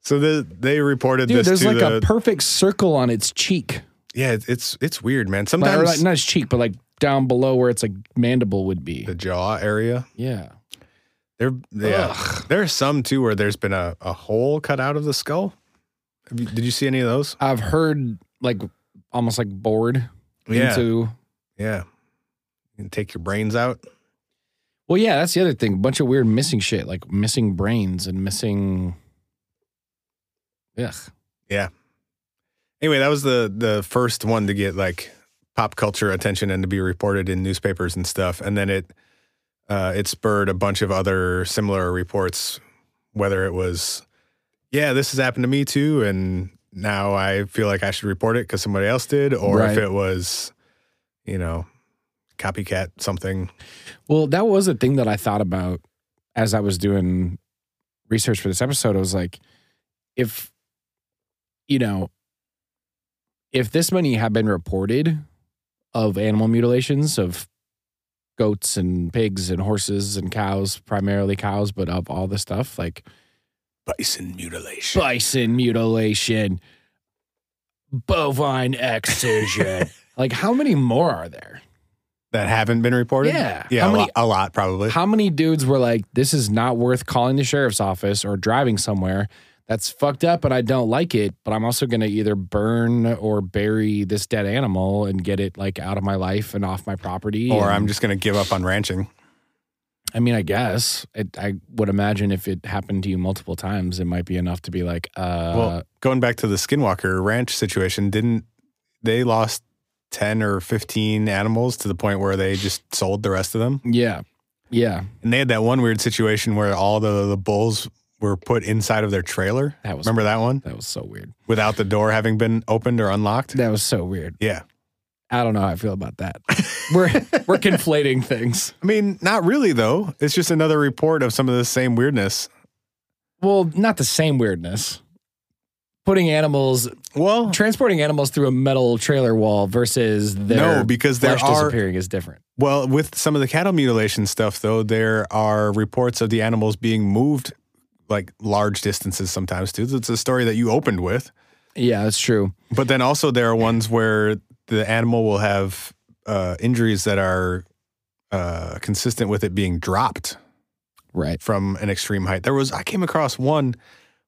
C: So the, they reported
B: Dude,
C: this
B: there's
C: to
B: like
C: the
B: a perfect circle on its cheek.
C: yeah. it- It's it's weird, man.
B: Like,
C: Sometimes
B: or like, not its cheek, but like down below where it's like mandible would be.
C: the jaw area.
B: Yeah.
C: There, yeah. There are some too where there's been a, a hole cut out of the skull. Have you, did you see any of those?
B: I've heard like almost like bored
C: Yeah.
B: into.
C: Yeah. You can take your brains out.
B: Well, yeah, that's the other thing. A bunch of weird missing shit, like missing brains and missing. Ugh.
C: Anyway, that was the the first one to get like pop culture attention and to be reported in newspapers and stuff. And then it uh, it spurred a bunch of other similar reports, whether it was, yeah, this has happened to me too, and now I feel like I should report it because somebody else did, or if
B: Right.
C: it was, you know, copycat something.
B: Well, that was a thing that I thought about as I was doing research for this episode. I was like, if, you know, if this many have been reported of animal mutilations of goats and pigs and horses and cows, primarily cows, but of all the stuff like
C: Bison mutilation.
B: bison mutilation, bovine excision, like how many more are there?
C: that haven't been reported?
B: Yeah.
C: Yeah,
B: How
C: a,
B: many-
C: lot, a lot probably.
B: How many dudes were like, this is not worth calling the sheriff's office or driving somewhere? That's fucked up and I don't like it, but I'm also going to either burn or bury this dead animal and get it like out of my life and off my property.
C: or
B: And-
C: I'm just going to give up on ranching.
B: I mean, I guess it, I would imagine if it happened to you multiple times, it might be enough to be like, uh,
C: well, going back to the Skinwalker Ranch situation, didn't they lost 10 or 15 animals to the point where they just sold the rest of them?
B: yeah, yeah,
C: And they had that one weird situation where all the, the bulls were put inside of their trailer.
B: That was-
C: Remember that one?
B: that was so weird.
C: Without the door having been opened or unlocked?
B: That was so weird.
C: Yeah.
B: I don't know how I feel about that. We're we're conflating things.
C: I mean, not really though. It's just another report of some of the same weirdness.
B: Well, not the same weirdness. Putting animals
C: Oh. Well,
B: transporting animals through a metal trailer wall versus their
C: No, because there
B: flesh
C: are-
B: disappearing is different.
C: Well, with some of the cattle mutilation stuff, though, there are reports of the animals being moved like large distances sometimes too. It's a story that you opened with,
B: Yeah, that's true.
C: but then also there are ones where the animal will have uh, injuries that are uh, consistent with it being dropped
B: Right.
C: from an extreme height. There was I came across one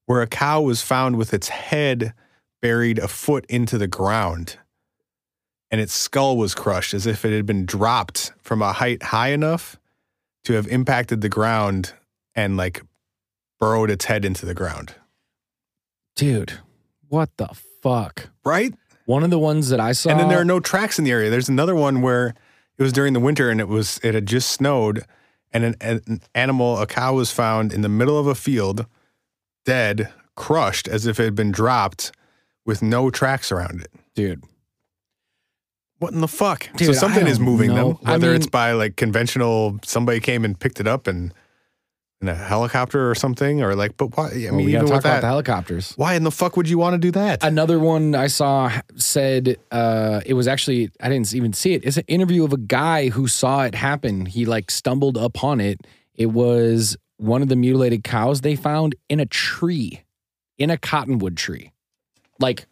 C: where a cow was found with its head buried a foot into the ground and its skull was crushed as if it had been dropped from a height high enough to have impacted the ground and like burrowed its head into the ground.
B: Dude, what the fuck?
C: Right?
B: One of the ones that I saw.
C: And then there are no tracks in the area. There's another one where it was during the winter and it was it had just snowed, and an, an animal, a cow, was found in the middle of a field, dead, crushed as if it had been dropped, with no tracks around it.
B: dude.
C: What in the fuck? so
B: Dude, I
C: something is
B: don't
C: moving them,
B: know. I
C: whether it's
B: mean-
C: by like conventional somebody came and picked it up and in a helicopter or something, or like, but why? I mean,
B: Well, we gotta
C: even
B: talk about
C: with that,
B: the helicopters.
C: why in the fuck would you want to do that?
B: Another one I saw said uh, it was actually I didn't even see it. It's an interview of a guy who saw it happen. He like stumbled upon it. It was one of the mutilated cows they found in a tree, in a cottonwood tree, like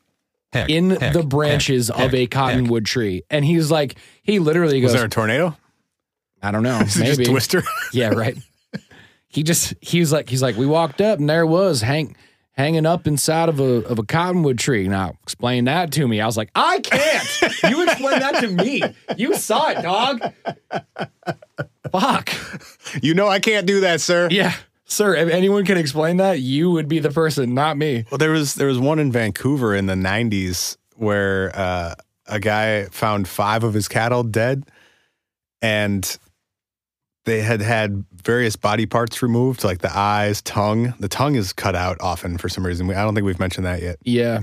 G: Heck,
B: in
G: heck,
B: the branches
G: heck,
B: of a
G: heck, heck.
B: cottonwood tree. And he was like, he literally
C: was
B: goes,
C: there a tornado?
B: I don't know,
C: Is it just
B: maybe.
C: Twister?
B: Yeah, right. he just he was like he's like we walked up and there was Hank hanging up inside of a of a cottonwood tree. Now explain that to me. I was like, I can't. you explain that to me. You saw it, dog. Fuck.
C: you know I can't do that, sir.
B: Yeah. Sir, if anyone can explain that, you would be the person, not me.
C: Well, there was there was one in Vancouver in the '90s where uh, a guy found five of his cattle dead, and they had had various body parts removed, like the eyes, tongue. The tongue is cut out often for some reason. We, I don't think we've mentioned that yet,
B: Yeah.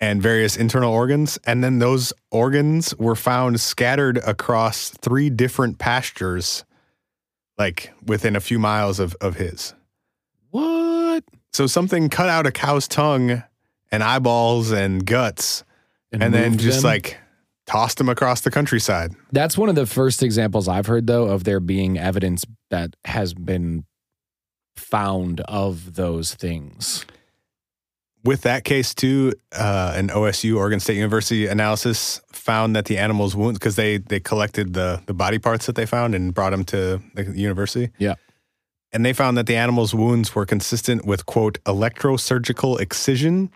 C: and various internal organs. And then those organs were found scattered across three different pastures, like within a few miles of of his.
B: What?
C: So something cut out a cow's tongue and eyeballs and guts, and, then
B: moved
C: just
B: them?
C: like tossed them across the countryside.
B: That's one of the first examples I've heard, though, of there being evidence that has been found of those things.
C: With that case, too, uh, an OSU, Oregon State University analysis found that the animal's wounds, because they they collected the the body parts that they found and brought them to the university.
B: Yeah.
C: and they found that the animal's wounds were consistent with quote electrosurgical excision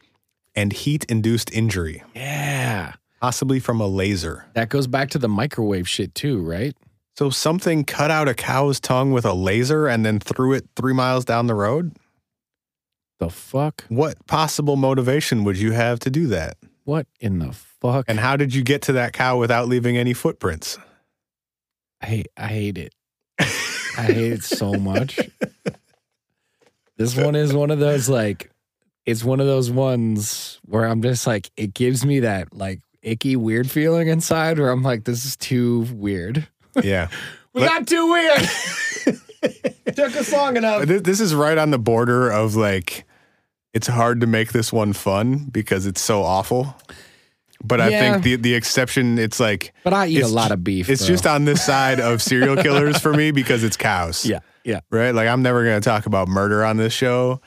C: and heat induced injury,
B: Yeah.
C: possibly from a laser.
B: That goes back to the microwave shit too, right?
C: So something cut out a cow's tongue with a laser and then threw it three miles down the road?
B: The fuck?
C: What possible motivation would you have to do that?
B: What in the fuck?
C: And how did you get to that cow without leaving any footprints?
B: I hate, I hate it. I hate it so much. This one is one of those like, it's one of those ones where I'm just like, it gives me that like icky weird feeling inside where I'm like, this is too weird.
C: Yeah.
B: We got too weird. Took us long enough.
C: Th- this is right on the border of like it's hard to make this one fun because it's so awful. But I
B: Yeah.
C: think the the exception it's like
B: But I eat
C: It's
B: a lot of beef.
C: it's
B: bro.
C: just on this side of serial killers for me because it's cows.
B: yeah, yeah.
C: Right? Like I'm never going to talk about murder on this show.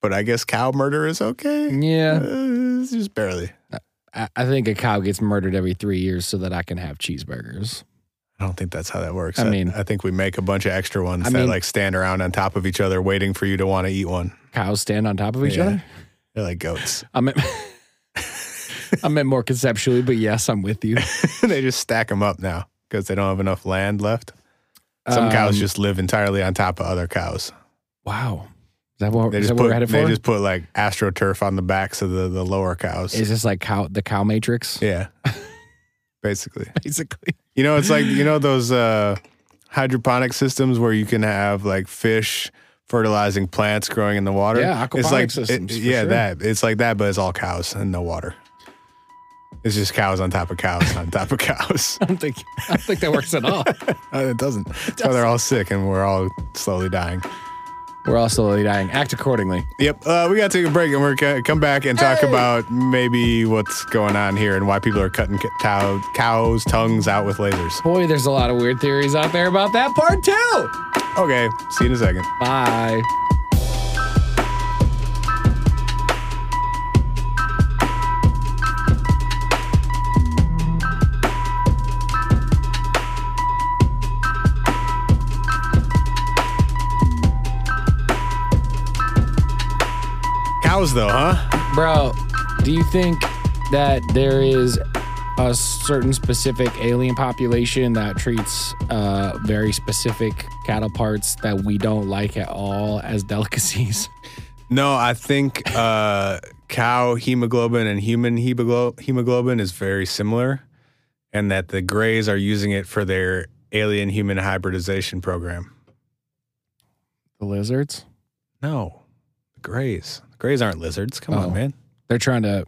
C: But I guess cow murder is okay.
B: Yeah.
C: Uh, it's just barely.
B: I, I think a cow gets murdered every three years so that I can have cheeseburgers.
C: I don't think that's how that works.
B: I mean-
C: I think we make a bunch of extra ones
B: I
C: that
B: mean-
C: like stand around on top of each other, waiting for you to want to eat one.
B: cows stand on top of each
C: Yeah.
B: other?
C: They're like goats.
B: I meant, I meant more conceptually, but yes, I'm with you.
C: they just stack them up now because they don't have enough land left. Some cows
B: Um,
C: just live entirely on top of other cows.
B: wow. Is that what,
C: They
B: is
C: just
B: that what
C: put
B: we're headed
C: they
B: for?
C: just put like astroturf on the backs of the, the lower cows.
B: is this like cow the cow matrix?
C: yeah, basically.
B: Basically.
C: You know, it's like you know those uh, hydroponic systems where you can have like fish fertilizing plants growing in the water.
B: Yeah,
C: it's
B: aquaponic
C: like,
B: systems, for
C: yeah,
B: sure.
C: that it's like that, but it's all cows and no water. It's just cows on top of cows on top of cows.
B: I don't think I don't think that works at all.
C: Uh, it doesn't. That's why they're all sick and we're all slowly dying.
B: We're all slowly dying. Act accordingly.
C: Yep. Uh, we got to take a break and we're going to come back and talk about maybe what's going on here and why people are cutting cow- cows' tongues out with lasers.
B: Boy, there's a lot of weird theories out there about that part too.
C: Okay. See you in a second.
B: Bye.
C: Cows, though, huh?
B: Bro, do you think that there is a certain specific alien population that treats uh, very specific cattle parts that we don't like at all as delicacies?
C: No, I think uh, cow hemoglobin and human hemoglo- hemoglobin is very similar, and that the Greys are using it for their alien human hybridization program.
B: The lizards.
C: No, the Greys. The Greys aren't lizards. Come
B: Oh.
C: on, man.
B: They're trying to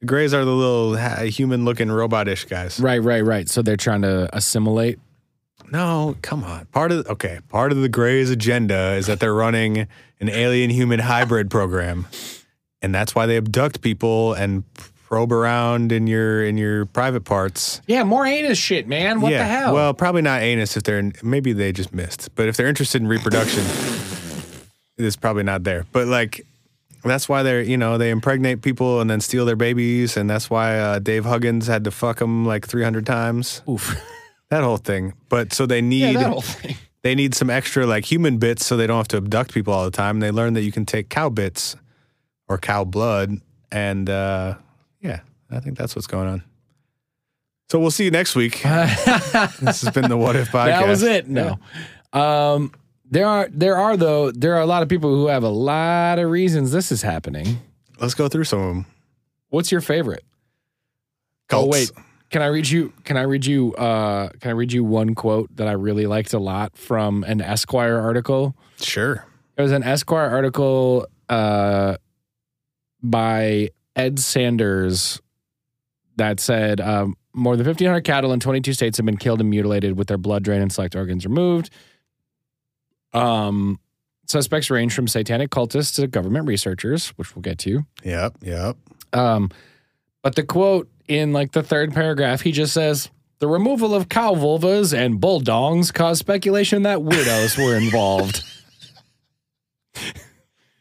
C: The Greys are the little ha- human-looking robot-ish guys.
B: right, right, right. So they're trying to assimilate.
C: No, come on. Part of okay, part of the Greys' agenda is that they're running an alien-human hybrid program, and that's why they abduct people and probe around in your in your private parts.
B: Yeah, more heinous shit, man. What the hell?
C: Well, probably not anus if they're maybe they just missed. But if they're interested in reproduction, it's probably not there. But like that's why they're you know they impregnate people and then steal their babies, and that's why uh, Dave Huggins had to fuck them like three hundred times.
B: Oof.
C: That whole thing. But so they need
B: that whole thing.
C: they need some extra like human bits so they don't have to abduct people all the time. They learn that you can take cow bits or cow blood, and uh, yeah, I think that's what's going on. So we'll see you next week. this has been the What If podcast.
B: That was it. No. Um, there are there are though there are a lot of people who have a lot of reasons this is happening.
C: Let's go through some of them.
B: What's your favorite?
C: Cults.
B: Oh wait, can I read you? Can I read you? Uh, can I read you one quote that I really liked a lot from an Esquire article?
C: sure.
B: There was an Esquire article uh, by Ed Sanders that said um, more than 1,500 cattle in 22 states have been killed and mutilated with their blood drain and select organs removed. Um, suspects range from satanic cultists to government researchers, which we'll get to.
C: Yep. Yep.
B: Um, but the quote in like the third paragraph, he just says, "The removal of cow vulvas and bull dongs caused speculation that weirdos were involved.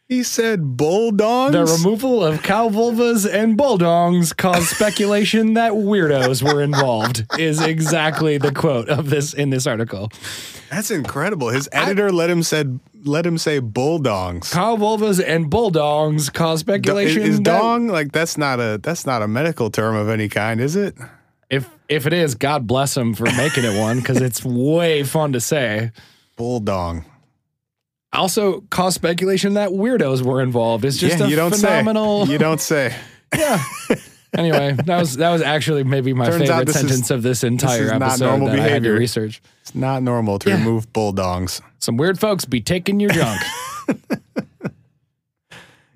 C: He said bulldogs.
B: the removal of cow vulvas and bull dongs caused speculation that weirdos were involved." Is exactly the quote of this in this article.
C: That's incredible. His editor let him said let him say bulldogs.
B: Cow vulvas and bull dongs caused
C: Do- Is,
B: speculation.
C: is
B: that-
C: dong like that's not a that's not a medical term of any kind, is it?
B: If if it is, God bless him for making it one because it's way fun to say.
C: Bulldong.
B: also cause speculation that weirdos were involved. It's just
C: yeah,
B: a
C: you don't
B: phenomenal.
C: say. You don't say.
B: yeah. Anyway, that was that was actually maybe my
C: Turns out
B: favorite
C: this is-
B: sentence of this entire
C: is not
B: episode
C: normal
B: that I had to
C: behavior.
B: research.
C: It's not normal to
B: Yeah.
C: remove bulldongs.
B: Some weird folks be taking your junk.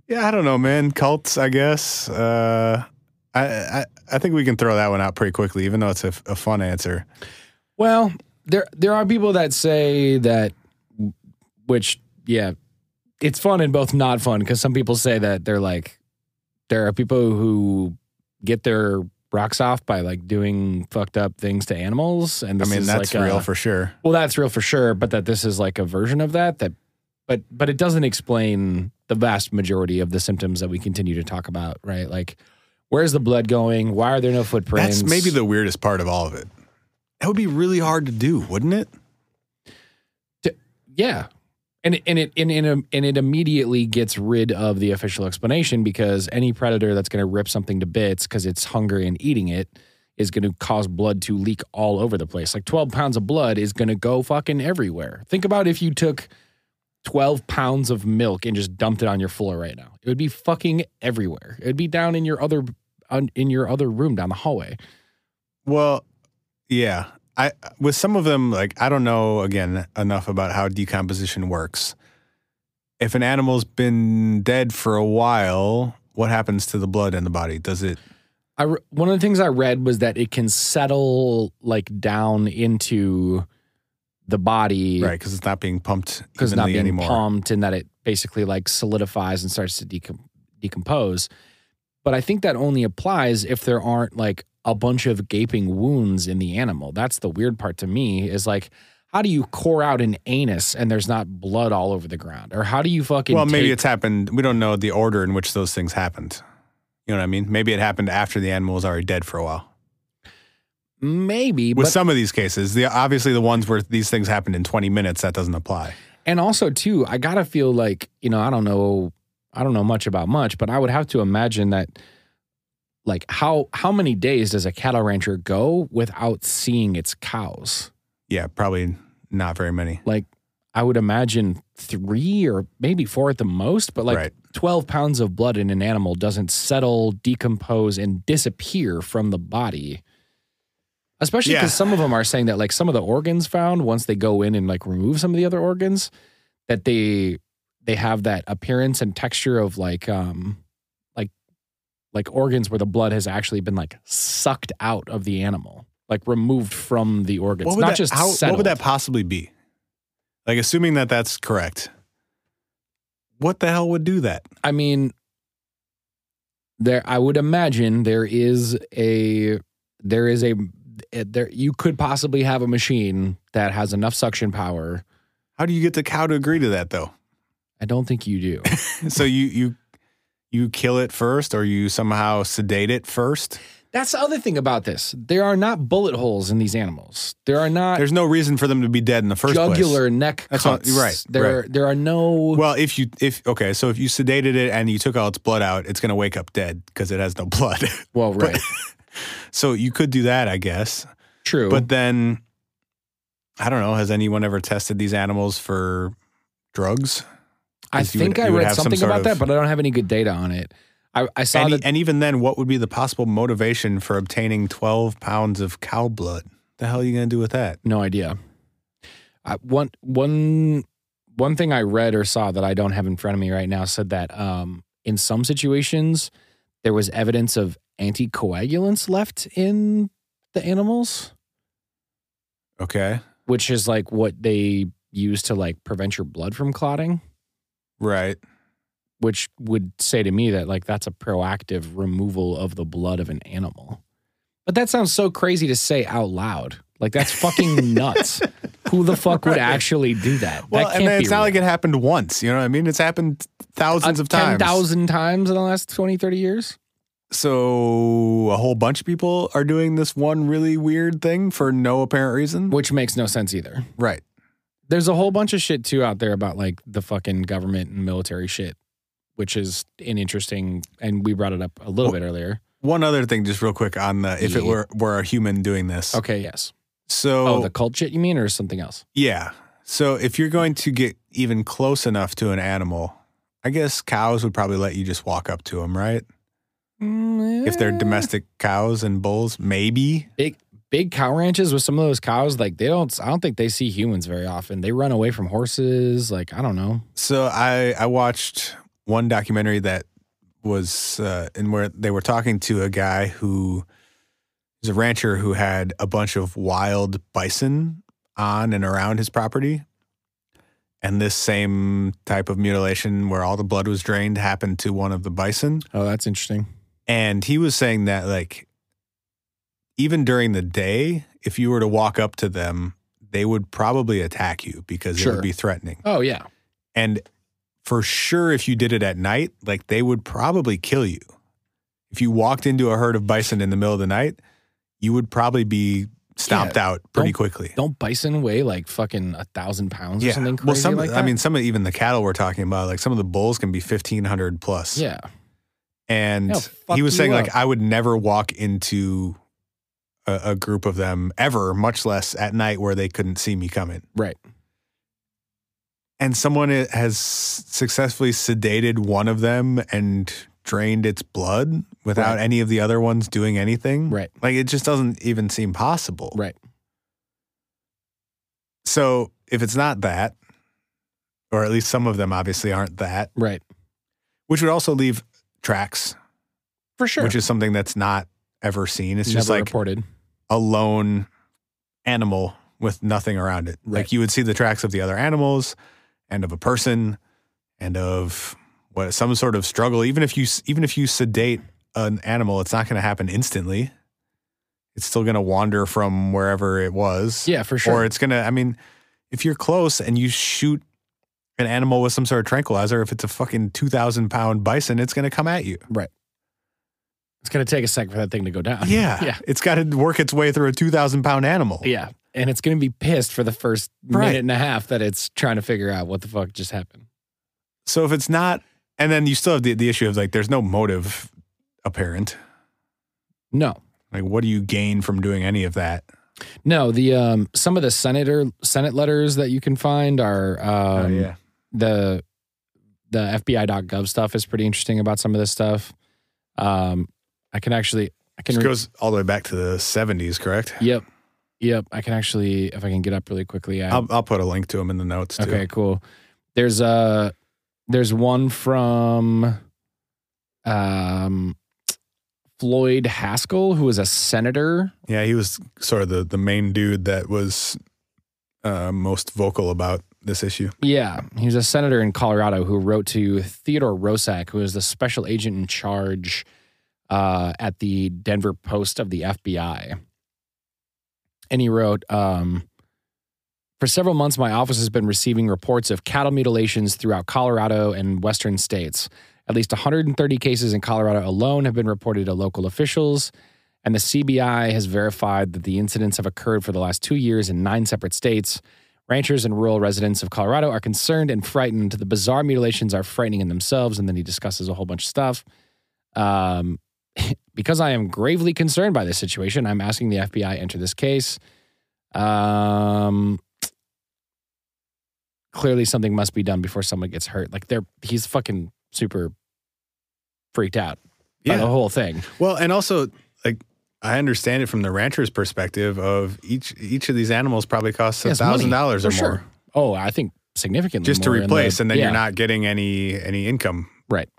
C: Yeah, I don't know, man. Cults, I guess. Uh, I, I I think we can throw that one out pretty quickly, even though it's a, f- a fun answer.
B: well, there there are people that say that, which yeah, it's fun and both not fun because some people say that they're like, there are people who get their rocks off by like doing fucked up things to animals, and
C: I
B: this
C: mean,
B: is
C: that's
B: like a-
C: real for sure.
B: Well, that's real for sure, but that this is like a version of that that but but it doesn't explain the vast majority of the symptoms that we continue to talk about, right? Like where's the blood going? Why are there no footprints?
C: That's maybe the weirdest part of all of it. That would be really hard to do, wouldn't it?
B: Yeah. And it- and it and, and, um, and it immediately gets rid of the official explanation because any predator that's going to rip something to bits because it's hungry and eating it is going to cause blood to leak all over the place. Like 12 pounds of blood is going to go fucking everywhere. Think about if you took 12 pounds of milk and just dumped it on your floor right now. It would be fucking everywhere. It would be down in your other on, in your other room down the hallway.
C: Well, yeah. I with some of them, like I don't know again enough about how decomposition works. If an animal's been dead for a while, what happens to the blood in the body? Does it
B: I re- one of the things I read was that it can settle like down into the body
C: right because it's not being pumped
B: because it's not
C: evenly
B: being
C: anymore?
B: pumped and that it basically like solidifies and starts to decom- decompose. But I think that only applies if there aren't like a bunch of gaping wounds in the animal. That's the weird part to me is like, how do you core out an anus and there's not blood all over the ground? Or how do you fucking
C: Well, maybe
B: take-
C: it's happened. We don't know the order in which those things happened. You know what I mean? Maybe it happened after the animal was already dead for a while.
B: maybe
C: With
B: but
C: some of these cases, the obviously the ones where these things happened in 20 minutes, that doesn't apply.
B: And also too, I gotta feel like, you know, I don't know I don't know much about much, but I would have to imagine that like how how many days does a cattle rancher go without seeing its cows?
C: Yeah, probably not very many.
B: Like I would imagine three or maybe four at the most, but like
C: Right.
B: 12 pounds of blood in an animal doesn't settle, decompose, and disappear from the body. Especially
C: Yeah.
B: because some of them are saying that like some of the organs found once they go in and like remove some of the other organs, that they they have that appearance and texture of like um like like organs where the blood has actually been like sucked out of the animal, like removed from the organs,
C: What would
B: not
C: that,
B: just
C: how, what
B: settled.
C: would that possibly be? Like assuming that that's correct. What the hell would do that?
B: I mean, there. I would imagine there is a there is a eh, there. You could possibly have a machine that has enough suction power.
C: How do you get the cow to agree to that though?
B: I don't think you do.
C: so you you you kill it first or you somehow sedate it first?
B: That's the other thing about this. There are not bullet holes in these animals. There are not
C: There's no reason for them to be dead in the first place.
B: jugular neck
C: That's what-
B: cuts.
C: right,
B: There, there are no.
C: Well, if you if okay, so if you sedated it and you took all its blood out, it's going to wake up dead because it has no blood.
B: well, right.
C: so you could do that, I guess.
B: true.
C: But then I don't know, has anyone ever tested these animals for drugs?
B: I
C: 'cause you would-
B: think I
C: you would
B: read
C: have some
B: something
C: sort
B: about
C: of-
B: that, but I don't have any good data on it. I, I saw
C: And, e
B: that.
C: and even then, what would be the possible motivation for obtaining 12 pounds of cow blood? The hell are you going to do with that?
B: No idea. I, one one one thing I read or saw that I don't have in front of me right now said that um, in some situations there was evidence of anticoagulants left in the animals,
C: Okay.
B: which is like what they use to like prevent your blood from clotting.
C: Right.
B: Which would say to me that like that's a proactive removal of the blood of an animal. But that sounds so crazy to say out loud. Like that's fucking nuts. Who the fuck would
C: Right.
B: actually do that?
C: Well,
B: that
C: and then it's
B: real.
C: not like it happened once. You know what I mean? It's happened thousands
B: Uh,
C: of times.
B: 10,000 times in the last 20, 30 years?
C: So a whole bunch of people are doing this one really weird thing for no apparent reason.
B: Which makes no sense either.
C: Right.
B: There's a whole bunch of shit too out there about like the fucking government and military shit, which is an interesting, and we brought it up a little bit earlier.
C: One other thing, just real quick, on the if it
B: Yeah.
C: were were a human doing this.
B: Okay, yes.
C: So
B: Oh, the cult shit you mean, or something else?
C: Yeah. So if you're going to get even close enough to an animal, I guess cows would probably let you just walk up to them, right? If
B: Mm.
C: they're domestic cows and bulls, maybe.
B: Big, big cow ranches with some of those cows, like they don't, I don't think they see humans very often. They run away from horses. Like, I don't know.
C: So I I watched one documentary that was uh, in where they were talking to a guy who was a rancher who had a bunch of wild bison on and around his property. And this same type of mutilation where all the blood was drained happened to one of the bison.
B: Oh, that's interesting.
C: And he was saying that, like, even during the day, if you were to walk up to them, they would probably attack you because it
B: Sure.
C: would be threatening.
B: Oh, yeah.
C: And for sure, if you did it at night, like, they would probably kill you. If you walked into a herd of bison in the middle of the night, you would probably be stomped out pretty quickly.
B: Don't bison weigh like fucking a thousand pounds or something crazy
C: well, some.
B: like that?
C: I mean, some of even the cattle we're talking about, like some of the bulls can be fifteen hundred plus.
B: yeah.
C: and
B: They'll fuck
C: he was
B: you
C: saying like
B: up.
C: I would never walk into a, a group of them ever, much less at night where they couldn't see me coming.
B: Right.
C: And someone i- has successfully sedated one of them and drained its blood without
B: Right.
C: any of the other ones doing anything.
B: Right.
C: Like it just doesn't even seem possible.
B: Right.
C: So if it's not that, or at least some of them obviously aren't that,
B: Right.
C: which would also leave tracks,
B: For sure.
C: which is something that's not ever seen. It's
B: Never
C: just like
B: reported.
C: a lone animal with nothing around it.
B: Right.
C: Like you would see the tracks of the other animals and of a person and of what some sort of struggle. Even if you s- even if you sedate an animal, it's not going to happen instantly. It's still going to wander from wherever it was.
B: Yeah, for sure.
C: Or it's going to I mean, if you're close and you shoot an animal with some sort of tranquilizer, if it's a fucking 2000 pound bison, it's going to come at you.
B: it's gonna take a sec for that thing to go down.
C: Yeah.
B: Yeah.
C: It's got to work its way through a 2000 pound animal.
B: Yeah. And it's gonna be pissed for the first
C: Right.
B: minute and a half that it's trying to figure out what the fuck just happened.
C: So if it's not, and then you still have the, the issue of like, there's no motive apparent.
B: No.
C: Like, what do you gain from doing any of that? Oh,
B: No, the um some of the senator senate letters that you can find are um the the FBI.gov stuff is pretty interesting about some of this stuff. Um, I can actually I can
C: It
B: re-
C: goes all the way back to the 70s, correct?
B: yep yep I can actually if I can get up really quickly. I,
C: I'll, I'll put a link to them in the notes too.
B: Okay, cool. There's uh there's one from um Floyd Haskell, who is a senator.
C: Yeah, he was sort of the, the main dude that was uh, most vocal about this issue.
B: Yeah, he was a senator in Colorado who wrote to Theodore Rosak, who is the special agent in charge uh, at the Denver Post of the FBI. And he wrote, um, For several months, my office has been receiving reports of cattle mutilations throughout Colorado and western states. At least 130 cases in Colorado alone have been reported to local officials. And the CBI has verified that the incidents have occurred for the last two years in nine separate states. Ranchers and rural residents of Colorado are concerned and frightened. The bizarre mutilations are frightening in themselves. And then he discusses a whole bunch of stuff. Um, because I am gravely concerned by this situation, I'm asking the FBI enter this case. Um, clearly, something must be done before someone gets hurt. Like they're he's fucking super freaked out by the whole thing.
C: Well, and also like I understand it from the rancher's perspective of each each of these animals probably costs a
B: Yes, money,
C: thousand dollars
B: for
C: or
B: sure.
C: more
B: Oh, I think significantly
C: just to
B: more in
C: replace,
B: the-
C: and then
B: yeah,
C: you're not getting any any income.
B: right.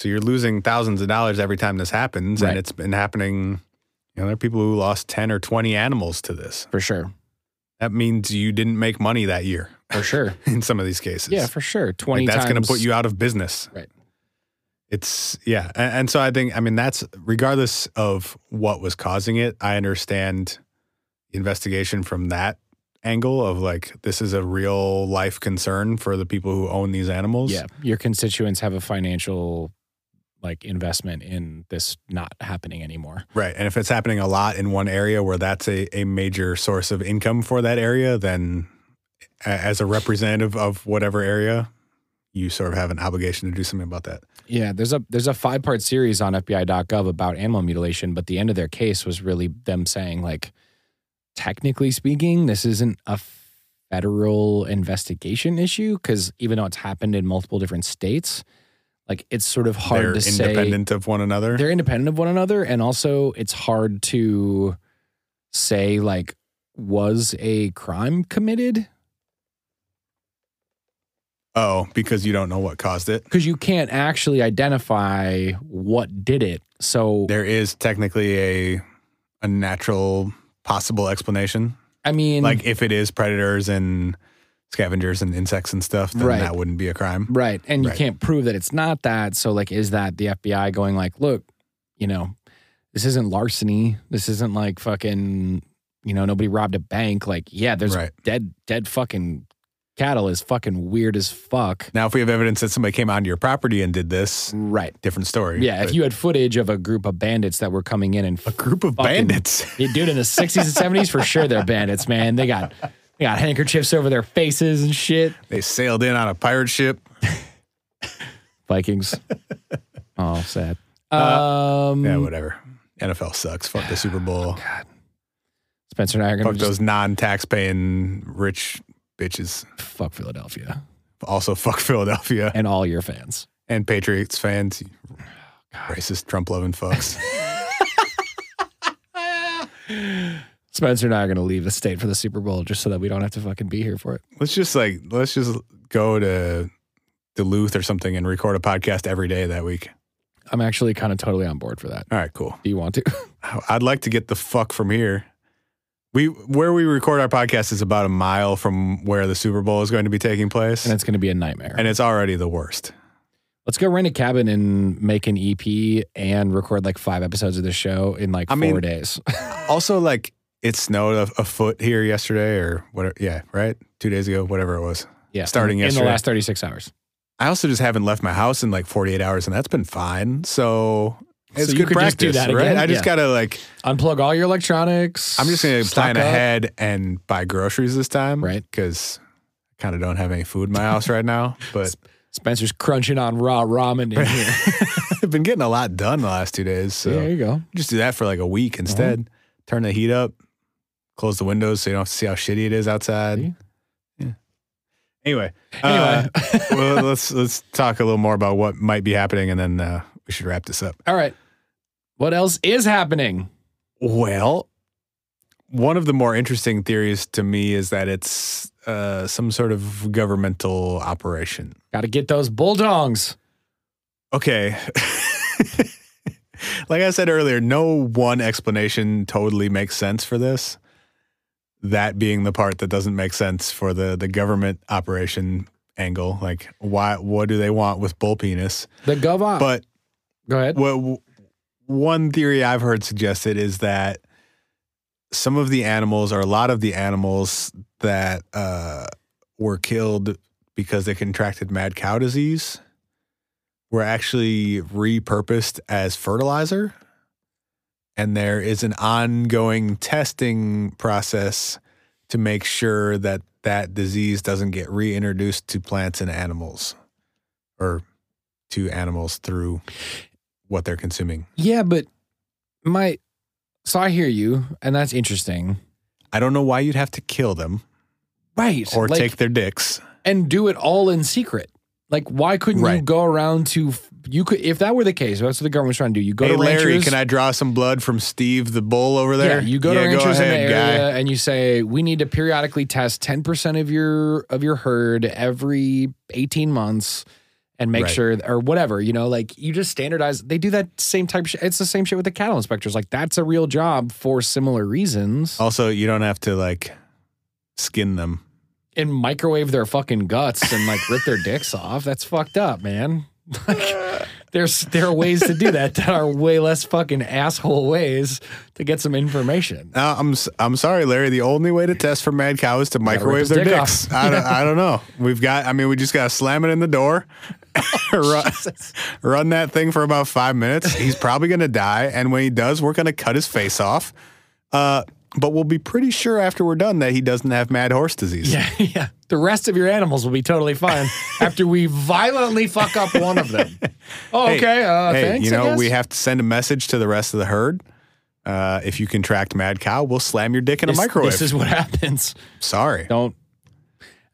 C: So you're losing thousands of dollars every time this happens,
B: Right.
C: and it's been happening. You know, there are people who lost ten or twenty animals to this.
B: For sure.
C: That means you didn't make money that year
B: For sure.
C: in some of these cases.
B: yeah, for sure.
C: Like,
B: Twenty.
C: that's going
B: times-
C: to put you out of business.
B: Right.
C: It's yeah, and, and so I think I mean that's regardless of what was causing it, I understand the investigation from that angle of like this is a real life concern for the people who own these animals.
B: Yeah, your constituents have a financial like investment in this not happening anymore.
C: Right. And if it's happening a lot in one area where that's a, a major source of income for that area, then a- as a representative of whatever area, you sort of have an obligation to do something about that.
B: Yeah, there's a there's a five part series on FBI.gov about animal mutilation, but the end of their case was really them saying like, technically speaking, this isn't a federal investigation issue because even though it's happened in multiple different states, like it's sort of hard
C: They're
B: to say
C: independent of one another.
B: they're independent of one another and also it's hard to say like was a crime committed
C: Oh, because you don't know what caused it.
B: because you can't actually identify what did it so
C: There is technically a a natural possible explanation.
B: i mean
C: Like if it is predators and scavengers and insects and stuff, then
B: Right.
C: that wouldn't be a crime.
B: right and
C: Right.
B: you can't prove that it's not that so like is that the fbi going like look you know this isn't larceny this isn't like fucking you know nobody robbed a bank like yeah there's
C: Right.
B: dead dead fucking cattle is fucking weird as fuck
C: Now, if we have evidence that somebody came onto your property and did this,
B: right
C: different story.
B: Yeah,
C: But-
B: if you had footage of a group of bandits that were coming in and
C: a group of
B: fucking-
C: bandits.
B: Yeah, dude in the 60s and 70s for sure they're bandits, man. They got they got handkerchiefs over their faces and shit.
C: They sailed in on a pirate ship.
B: Vikings. Oh, sad. um
C: Uh, Yeah, whatever. NFL sucks. Fuck the Super Bowl.
B: Spencer and I are going
C: Fuck
B: to just
C: those non-tax-paying rich bitches.
B: fuck Philadelphia
C: Also, fuck Philadelphia
B: and all your fans.
C: and Patriots fans. you Racist Trump-loving fucks.
B: Spencer and I are going to leave the state for the Super Bowl just so that we don't have to fucking be here for it.
C: let's just like let's just go to Duluth or something and record a podcast every day that week.
B: I'm actually kind of totally on board for that.
C: All right, cool.
B: Do you want to?
C: I'd like to get the fuck from here. We where we record our podcast is about a mile from where the Super Bowl is going to be taking place,
B: and it's going to be a nightmare.
C: and it's already the worst.
B: Let's go rent a cabin and make an EP and record like five episodes of the show in like
C: I
B: four
C: mean-
B: days.
C: Also, like it snowed a, a foot here yesterday, or whatever. Yeah, right. Two days ago, whatever it was.
B: yeah,
C: starting
B: in, in the
C: yesterday.
B: last thirty six hours.
C: I also just haven't left my house in like 48 hours, and that's been fine. So it's
B: you
C: good
B: could
C: practice,
B: just do that
C: right?
B: again?
C: I just
B: Yeah.
C: gotta like,
B: Unplug all your electronics.
C: I'm just gonna
B: stock
C: plan
B: up.
C: ahead and buy groceries this time,
B: Right.
C: Because I kind of don't have any food in my house right now, but
B: Spencer's crunching on raw ramen in here.
C: I've been getting a lot done the last two days. So
B: There you go.
C: just do that for like a week instead. Turn the heat up, close the windows so you don't have to see how shitty it is outside.
B: See?
C: Yeah. Anyway, uh, well, let's let's talk a little more about what might be happening, and then uh, we should wrap this up.
B: All right. What else is happening?
C: Well, one of the more interesting theories to me is that it's uh, some sort of governmental operation.
B: Got to get those bulldogs.
C: Okay. like I said earlier, no one explanation totally makes sense for this. That being the part that doesn't make sense for the the government operation angle. Like why what do they want with bull penis?
B: The gov.
C: But
B: Go ahead.
C: well, one theory I've heard suggested is that some of the animals, or a lot of the animals that uh, were killed because they contracted mad cow disease, were actually repurposed as fertilizer. And there is an ongoing testing process to make sure that that disease doesn't get reintroduced to plants and animals or to animals through what they're consuming.
B: Yeah, but my. So I hear you, and that's interesting.
C: I don't know why you'd have to kill them
B: Right.
C: or
B: Like,
C: take their dicks.
B: and do it all in secret. Like, why couldn't you
C: Right.
B: go around to you could if that were the case? That's what the government's trying to do. You go
C: Hey
B: to
C: Larry,
B: ranchers.
C: can I draw some blood from Steve the bull over
B: yeah,
C: there?
B: you go to
C: Yeah,
B: ranchers in
C: ahead,
B: the
C: guy.
B: area and you say we need to periodically test ten percent of your of your herd every eighteen months and make
C: Right.
B: sure or whatever you know. Like you just standardize. They do that same type. Of shit. It's the same shit with the cattle inspectors. Like that's a real job for similar reasons.
C: Also, you don't have to like skin them.
B: and microwave their fucking guts and like rip their dicks off. That's fucked up, man. Like, there's there are ways to do that that are way less fucking asshole ways to get some information.
C: Uh, I'm s- I'm sorry, Larry. The only way to test for mad cow is to microwave
B: his
C: their
B: dick
C: dicks. I don't, I don't know. We've got. I mean, we just gotta slam it in the door. run, run that thing for about five minutes. He's probably gonna die, and when he does, we're gonna cut his face off. Uh, but we'll be pretty sure after we're done that he doesn't have mad horse disease.
B: Yeah, yeah. The rest of your animals will be totally fine after we violently fuck up one of them. Oh,
C: Hey,
B: okay. Uh,
C: hey,
B: thanks.
C: you
B: I
C: know
B: guess.
C: we have to send a message to the rest of the herd. Uh, if you contract mad cow, we'll slam your dick in
B: this,
C: a microwave.
B: This is what happens.
C: sorry.
B: don't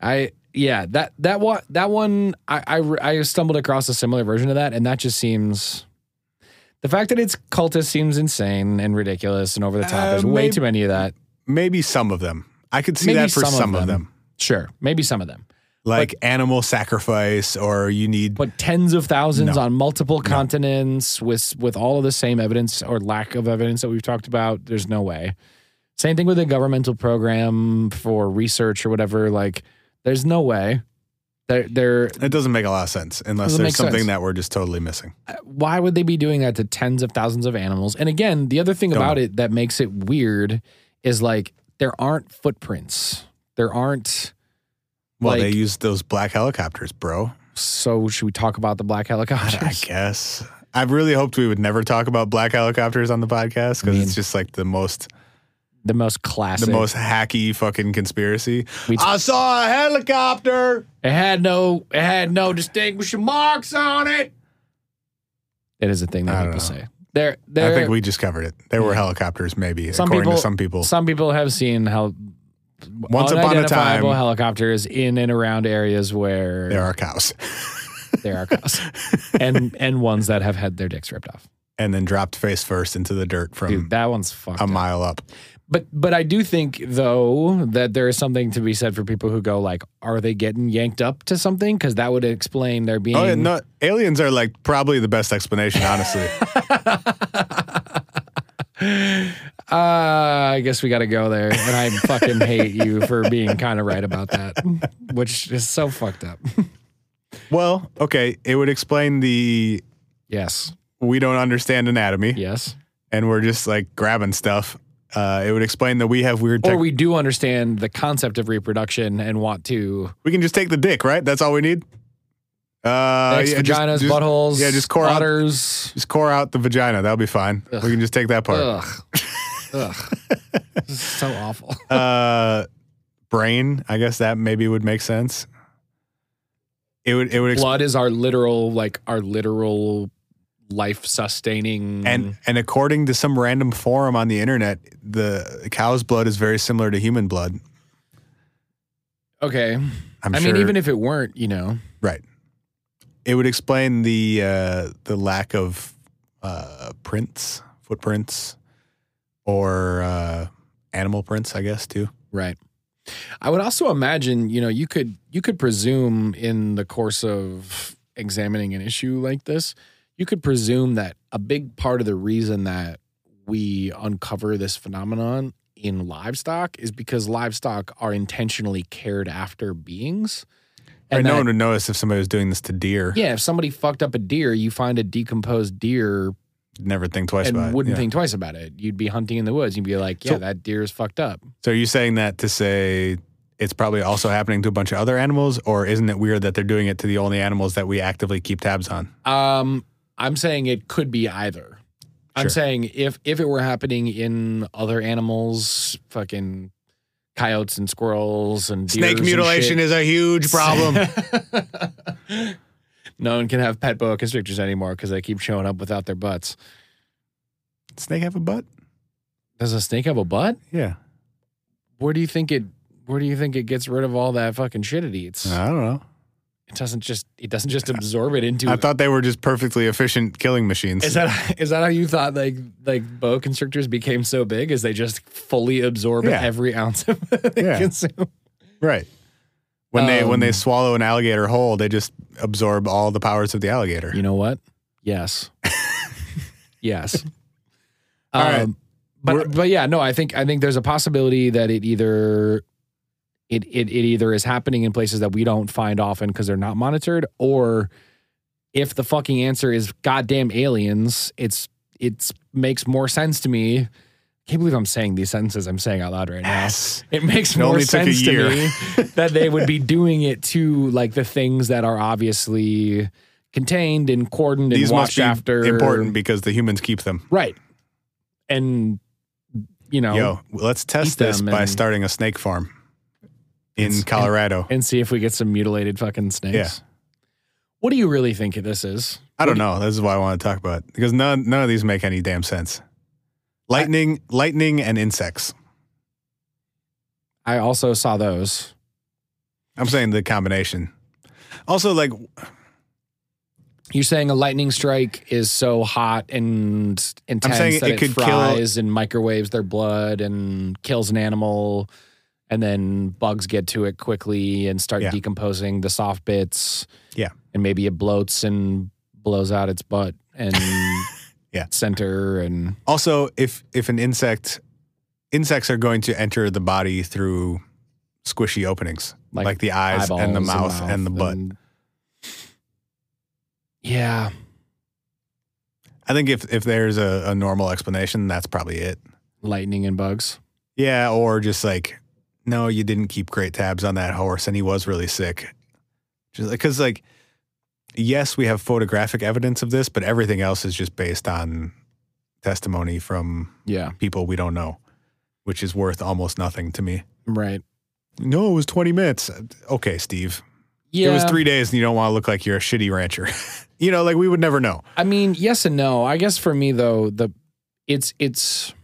B: i yeah that that one that one I, I re- i stumbled across a similar version of that and that just seems the fact that it's cultist seems insane and ridiculous and over the top
C: Uh,
B: there's way
C: maybe-
B: too many of that
C: Maybe some of them. I could see
B: Maybe
C: that for
B: some
C: some,
B: of
C: of,
B: them.
C: them.
B: sure maybe some of them
C: like animal sacrifice, or you need.
B: but tens of thousands
C: No.
B: on multiple continents with with all of the same evidence or lack of evidence that we've talked about there's no way same thing with a governmental program for research or whatever like there's no way they're, they're
C: it doesn't make a lot of sense unless
B: Doesn't
C: there's
B: make
C: something
B: sense.
C: that we're just totally missing.
B: why would they be doing that to tens of thousands of animals? And again, the other thing
C: Don't
B: about it that makes it weird is like there aren't footprints. There aren't.
C: Well, they
B: Like-
C: use those black helicopters, bro.
B: So should we talk about the black
C: I
B: helicopters?
C: guess. I really hoped we would never talk about black helicopters on the podcast because
B: Mean.
C: it's just like the most
B: the most classic.
C: the most hacky fucking conspiracy.
B: We-
C: I saw a helicopter.
B: It had no. It had no distinguishing marks on it. It is a thing
C: I
B: that
C: don't
B: people
C: know.
B: say. There, there.
C: I think we just covered it. There were helicopters, maybe
B: Some
C: according
B: people-
C: to some people.
B: Some people have seen how
C: Once upon a time,
B: unidentifiable helicopters in and around areas where
C: there are cows,
B: there are cows, and and ones that have had their dicks ripped off.
C: and then dropped face first into the dirt from
B: Dude, that one's fucked.
C: a
B: up.
C: mile up.
B: But but I do think though that there is something to be said for people who go like, are they getting yanked up to something? Because that would explain their being.
C: Oh, yeah, no, aliens are like probably the best explanation, honestly.
B: Uh, I guess we got to go there, and I fucking hate you for being kind of right about that, which is so fucked up.
C: well, okay, it would explain the
B: yes,
C: we don't understand anatomy
B: yes.
C: and we're just like grabbing stuff. Uh, it would explain that we have weird.
B: Or
C: Tech- we-,
B: we do understand the concept of reproduction and want to
C: can just take the dick, right? That's all we need. Uh,
B: ex
C: yeah, just-
B: vaginas,
C: just-
B: buttholes,
C: Yeah, just core out
B: udders.
C: Just core out the vagina. That'll be fine.
B: Ugh.
C: We can just take that part.
B: Ugh, ugh. This is so awful.
C: Uh, brain. I guess that maybe would make sense. It would. It would. Exp-
B: blood is our literal like our literal life sustaining
C: and and according to some random forum on the internet, the cow's blood is very similar to human blood.
B: Okay.
C: I'm
B: i
C: sure,
B: mean, even if it weren't, you know,
C: right, it would explain the uh, the lack of uh, prints, footprints, or uh, animal prints, I guess too.
B: right. I would also imagine, you know, you could you could presume in the course of examining an issue like this, you could presume that a big part of the reason that we uncover this phenomenon in livestock is because livestock are intentionally cared after beings.
C: And no
B: that-
C: one would notice if somebody was doing this to deer.
B: Yeah, if somebody fucked up a deer, you find a decomposed deer
C: Never think twice
B: and
C: about it.
B: wouldn't
C: Yeah.
B: think twice about it. You'd be hunting in the woods. You'd be like, yeah,
C: So-
B: that deer is fucked up.
C: So are you saying that to say it's probably also happening to a bunch of other animals, or isn't it weird that they're doing it to the only animals that we actively keep tabs on?
B: Um, I'm saying it could be either. I'm
C: Sure.
B: saying if if it were happening in other animals, fucking coyotes and squirrels and deers
C: Snake
B: and
C: mutilation
B: shit,
C: is a huge problem.
B: no one can have pet boa constrictors anymore because they keep showing up without their butts.
C: Snake have a butt?
B: Does a snake have a butt?
C: Yeah.
B: Where do you think it? Where do you think it gets rid of all that fucking shit it eats?
C: I don't know.
B: It doesn't just. It doesn't just absorb it into.
C: I thought they were just perfectly efficient killing machines.
B: Is that is that how you thought like like boa constrictors became so big? Is they just fully absorb
C: Yeah.
B: every ounce of they
C: Yeah.
B: consume?
C: right? When they when they
B: Um,
C: swallow an alligator whole, they just absorb all the powers of the alligator.
B: You know what? Yes, yes. Um,
C: All right.
B: but
C: We're-
B: but yeah, no. I think I think there's a possibility that it either it it, it either is happening in places that we don't find often because they're not monitored, or if the fucking answer is goddamn aliens, it's it's makes more sense to me. I can't believe I'm saying these sentences I'm saying out loud right now.
C: Ass.
B: It makes
C: It
B: more
C: only took a
B: sense to
C: year.
B: me that they would be doing it to like the things that are obviously contained and cordoned and
C: These must
B: watched
C: be
B: after.
C: important because the humans keep them.
B: right? And you know,
C: Yo, let's test
B: Eat
C: this
B: them
C: by
B: and-
C: starting a snake farm
B: It's-
C: in Colorado.
B: and see if we get some mutilated fucking snakes.
C: Yeah.
B: What do you really think this is?
C: I don't know. This is why I want to talk about it, because none none of these make any damn sense. Lightning, lightning, and insects.
B: I also saw those.
C: I'm saying the combination. Also, like
B: You're saying a lightning strike is so hot and intense
C: saying
B: that
C: it
B: it,
C: could kill-
B: fries and microwaves their blood and kills an animal, and then bugs get to it quickly and start
C: Yeah.
B: decomposing the soft bits.
C: Yeah.
B: and maybe it bloats and blows out its butt and
C: Yeah.
B: center and
C: Also, if if an insect insects are going to enter the body through squishy openings, like,
B: Like
C: the eyes
B: eyeballs
C: and the mouth and, the butt.
B: and- yeah,
C: I think if if there's a, a normal explanation, that's probably it.
B: lightning and bugs.
C: Yeah, or just like, no, you didn't keep great tabs on that horse, and he was really sick. Just because, like, yes, we have photographic evidence of this, but everything else is just based on testimony from
B: Yeah,
C: people we don't know, which is worth almost nothing to me.
B: right.
C: No, it was twenty minutes. Okay, Steve.
B: Yeah,
C: It was three days, and you don't want to look like you're a shitty rancher. you know, like we would never know.
B: I mean, yes and no. I guess for me though, the it's it's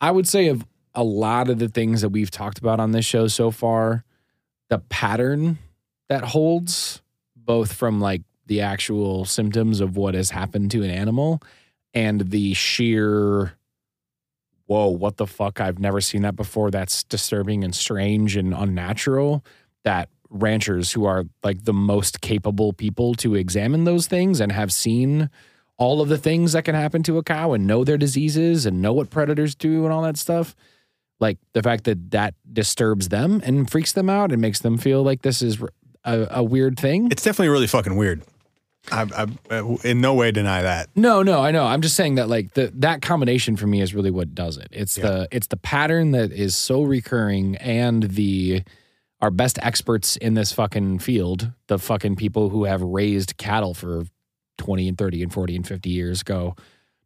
B: I would say of a lot of the things that we've talked about on this show so far, the pattern that holds both from like the actual symptoms of what has happened to an animal and the sheer whoa, what the fuck? I've never seen that before. That's disturbing and strange and unnatural that ranchers who are like the most capable people to examine those things and have seen all of the things that can happen to a cow and know their diseases and know what predators do and all that stuff like the fact that that disturbs them and freaks them out and makes them feel like this is a, a weird thing
C: It's definitely really fucking weird. I, I, I in no way deny that.
B: No, no, I know. I'm just saying that like the that combination for me is really what does it. It's the it's the pattern that is so recurring and the our best experts in this fucking field, the fucking people who have raised cattle for 20 and 30 and 40 and 50 years go,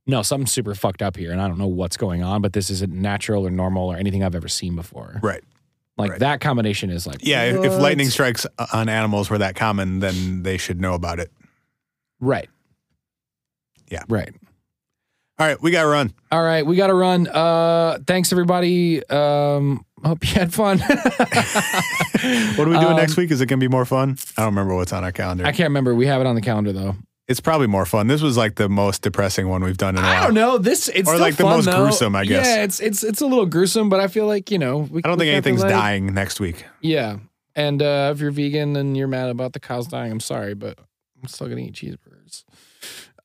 B: no, something's super fucked up here and I don't know what's going on, but this isn't natural or normal or anything I've ever seen before.
C: Right.
B: Like
C: right.
B: that combination is like
C: Yeah. If, if
B: what?
C: lightning strikes on animals were that common, then they should know about it.
B: Right.
C: Yeah.
B: Right.
C: All right, we got to run.
B: All right, we got to run. Uh, thanks everybody um, hope you had fun.
C: What are we doing
B: Um,
C: next week? Is it going to be more fun? I don't remember what's on our calendar.
B: I can't remember. We have it on the calendar though.
C: It's probably more fun. This was like the most depressing one we've done in a while.
B: I don't know. This it's
C: Or,
B: still
C: like, the
B: fun,
C: most
B: though.
C: gruesome, I guess.
B: Yeah, it's it's it's a little gruesome, but I feel like you know we,
C: I don't
B: we got
C: think
B: the,
C: anything's
B: like-
C: dying next week.
B: Yeah, and uh, if you're vegan and you're mad about the cows dying, I'm sorry, but I'm still gonna eat cheeseburgers.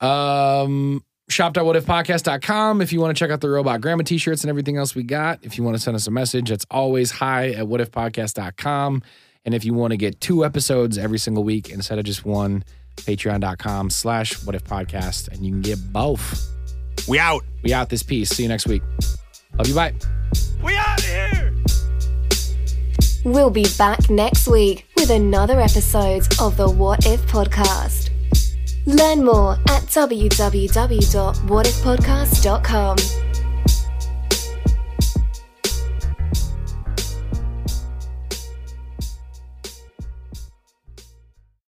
B: Um, shop.whatifpodcast.com if you want to check out the robot grandma t-shirts and everything else we got. If you want to send us a message, it's always hi at whatifpodcast.com. And if you want to get two episodes every single week instead of just one, patreon.com slash whatifpodcast, and you can get both.
C: We out.
B: We out this piece. See you next week. Love you. Bye.
A: We'll be back next week with another episode of the What If Podcast. Learn more at www.whatifpodcast.com.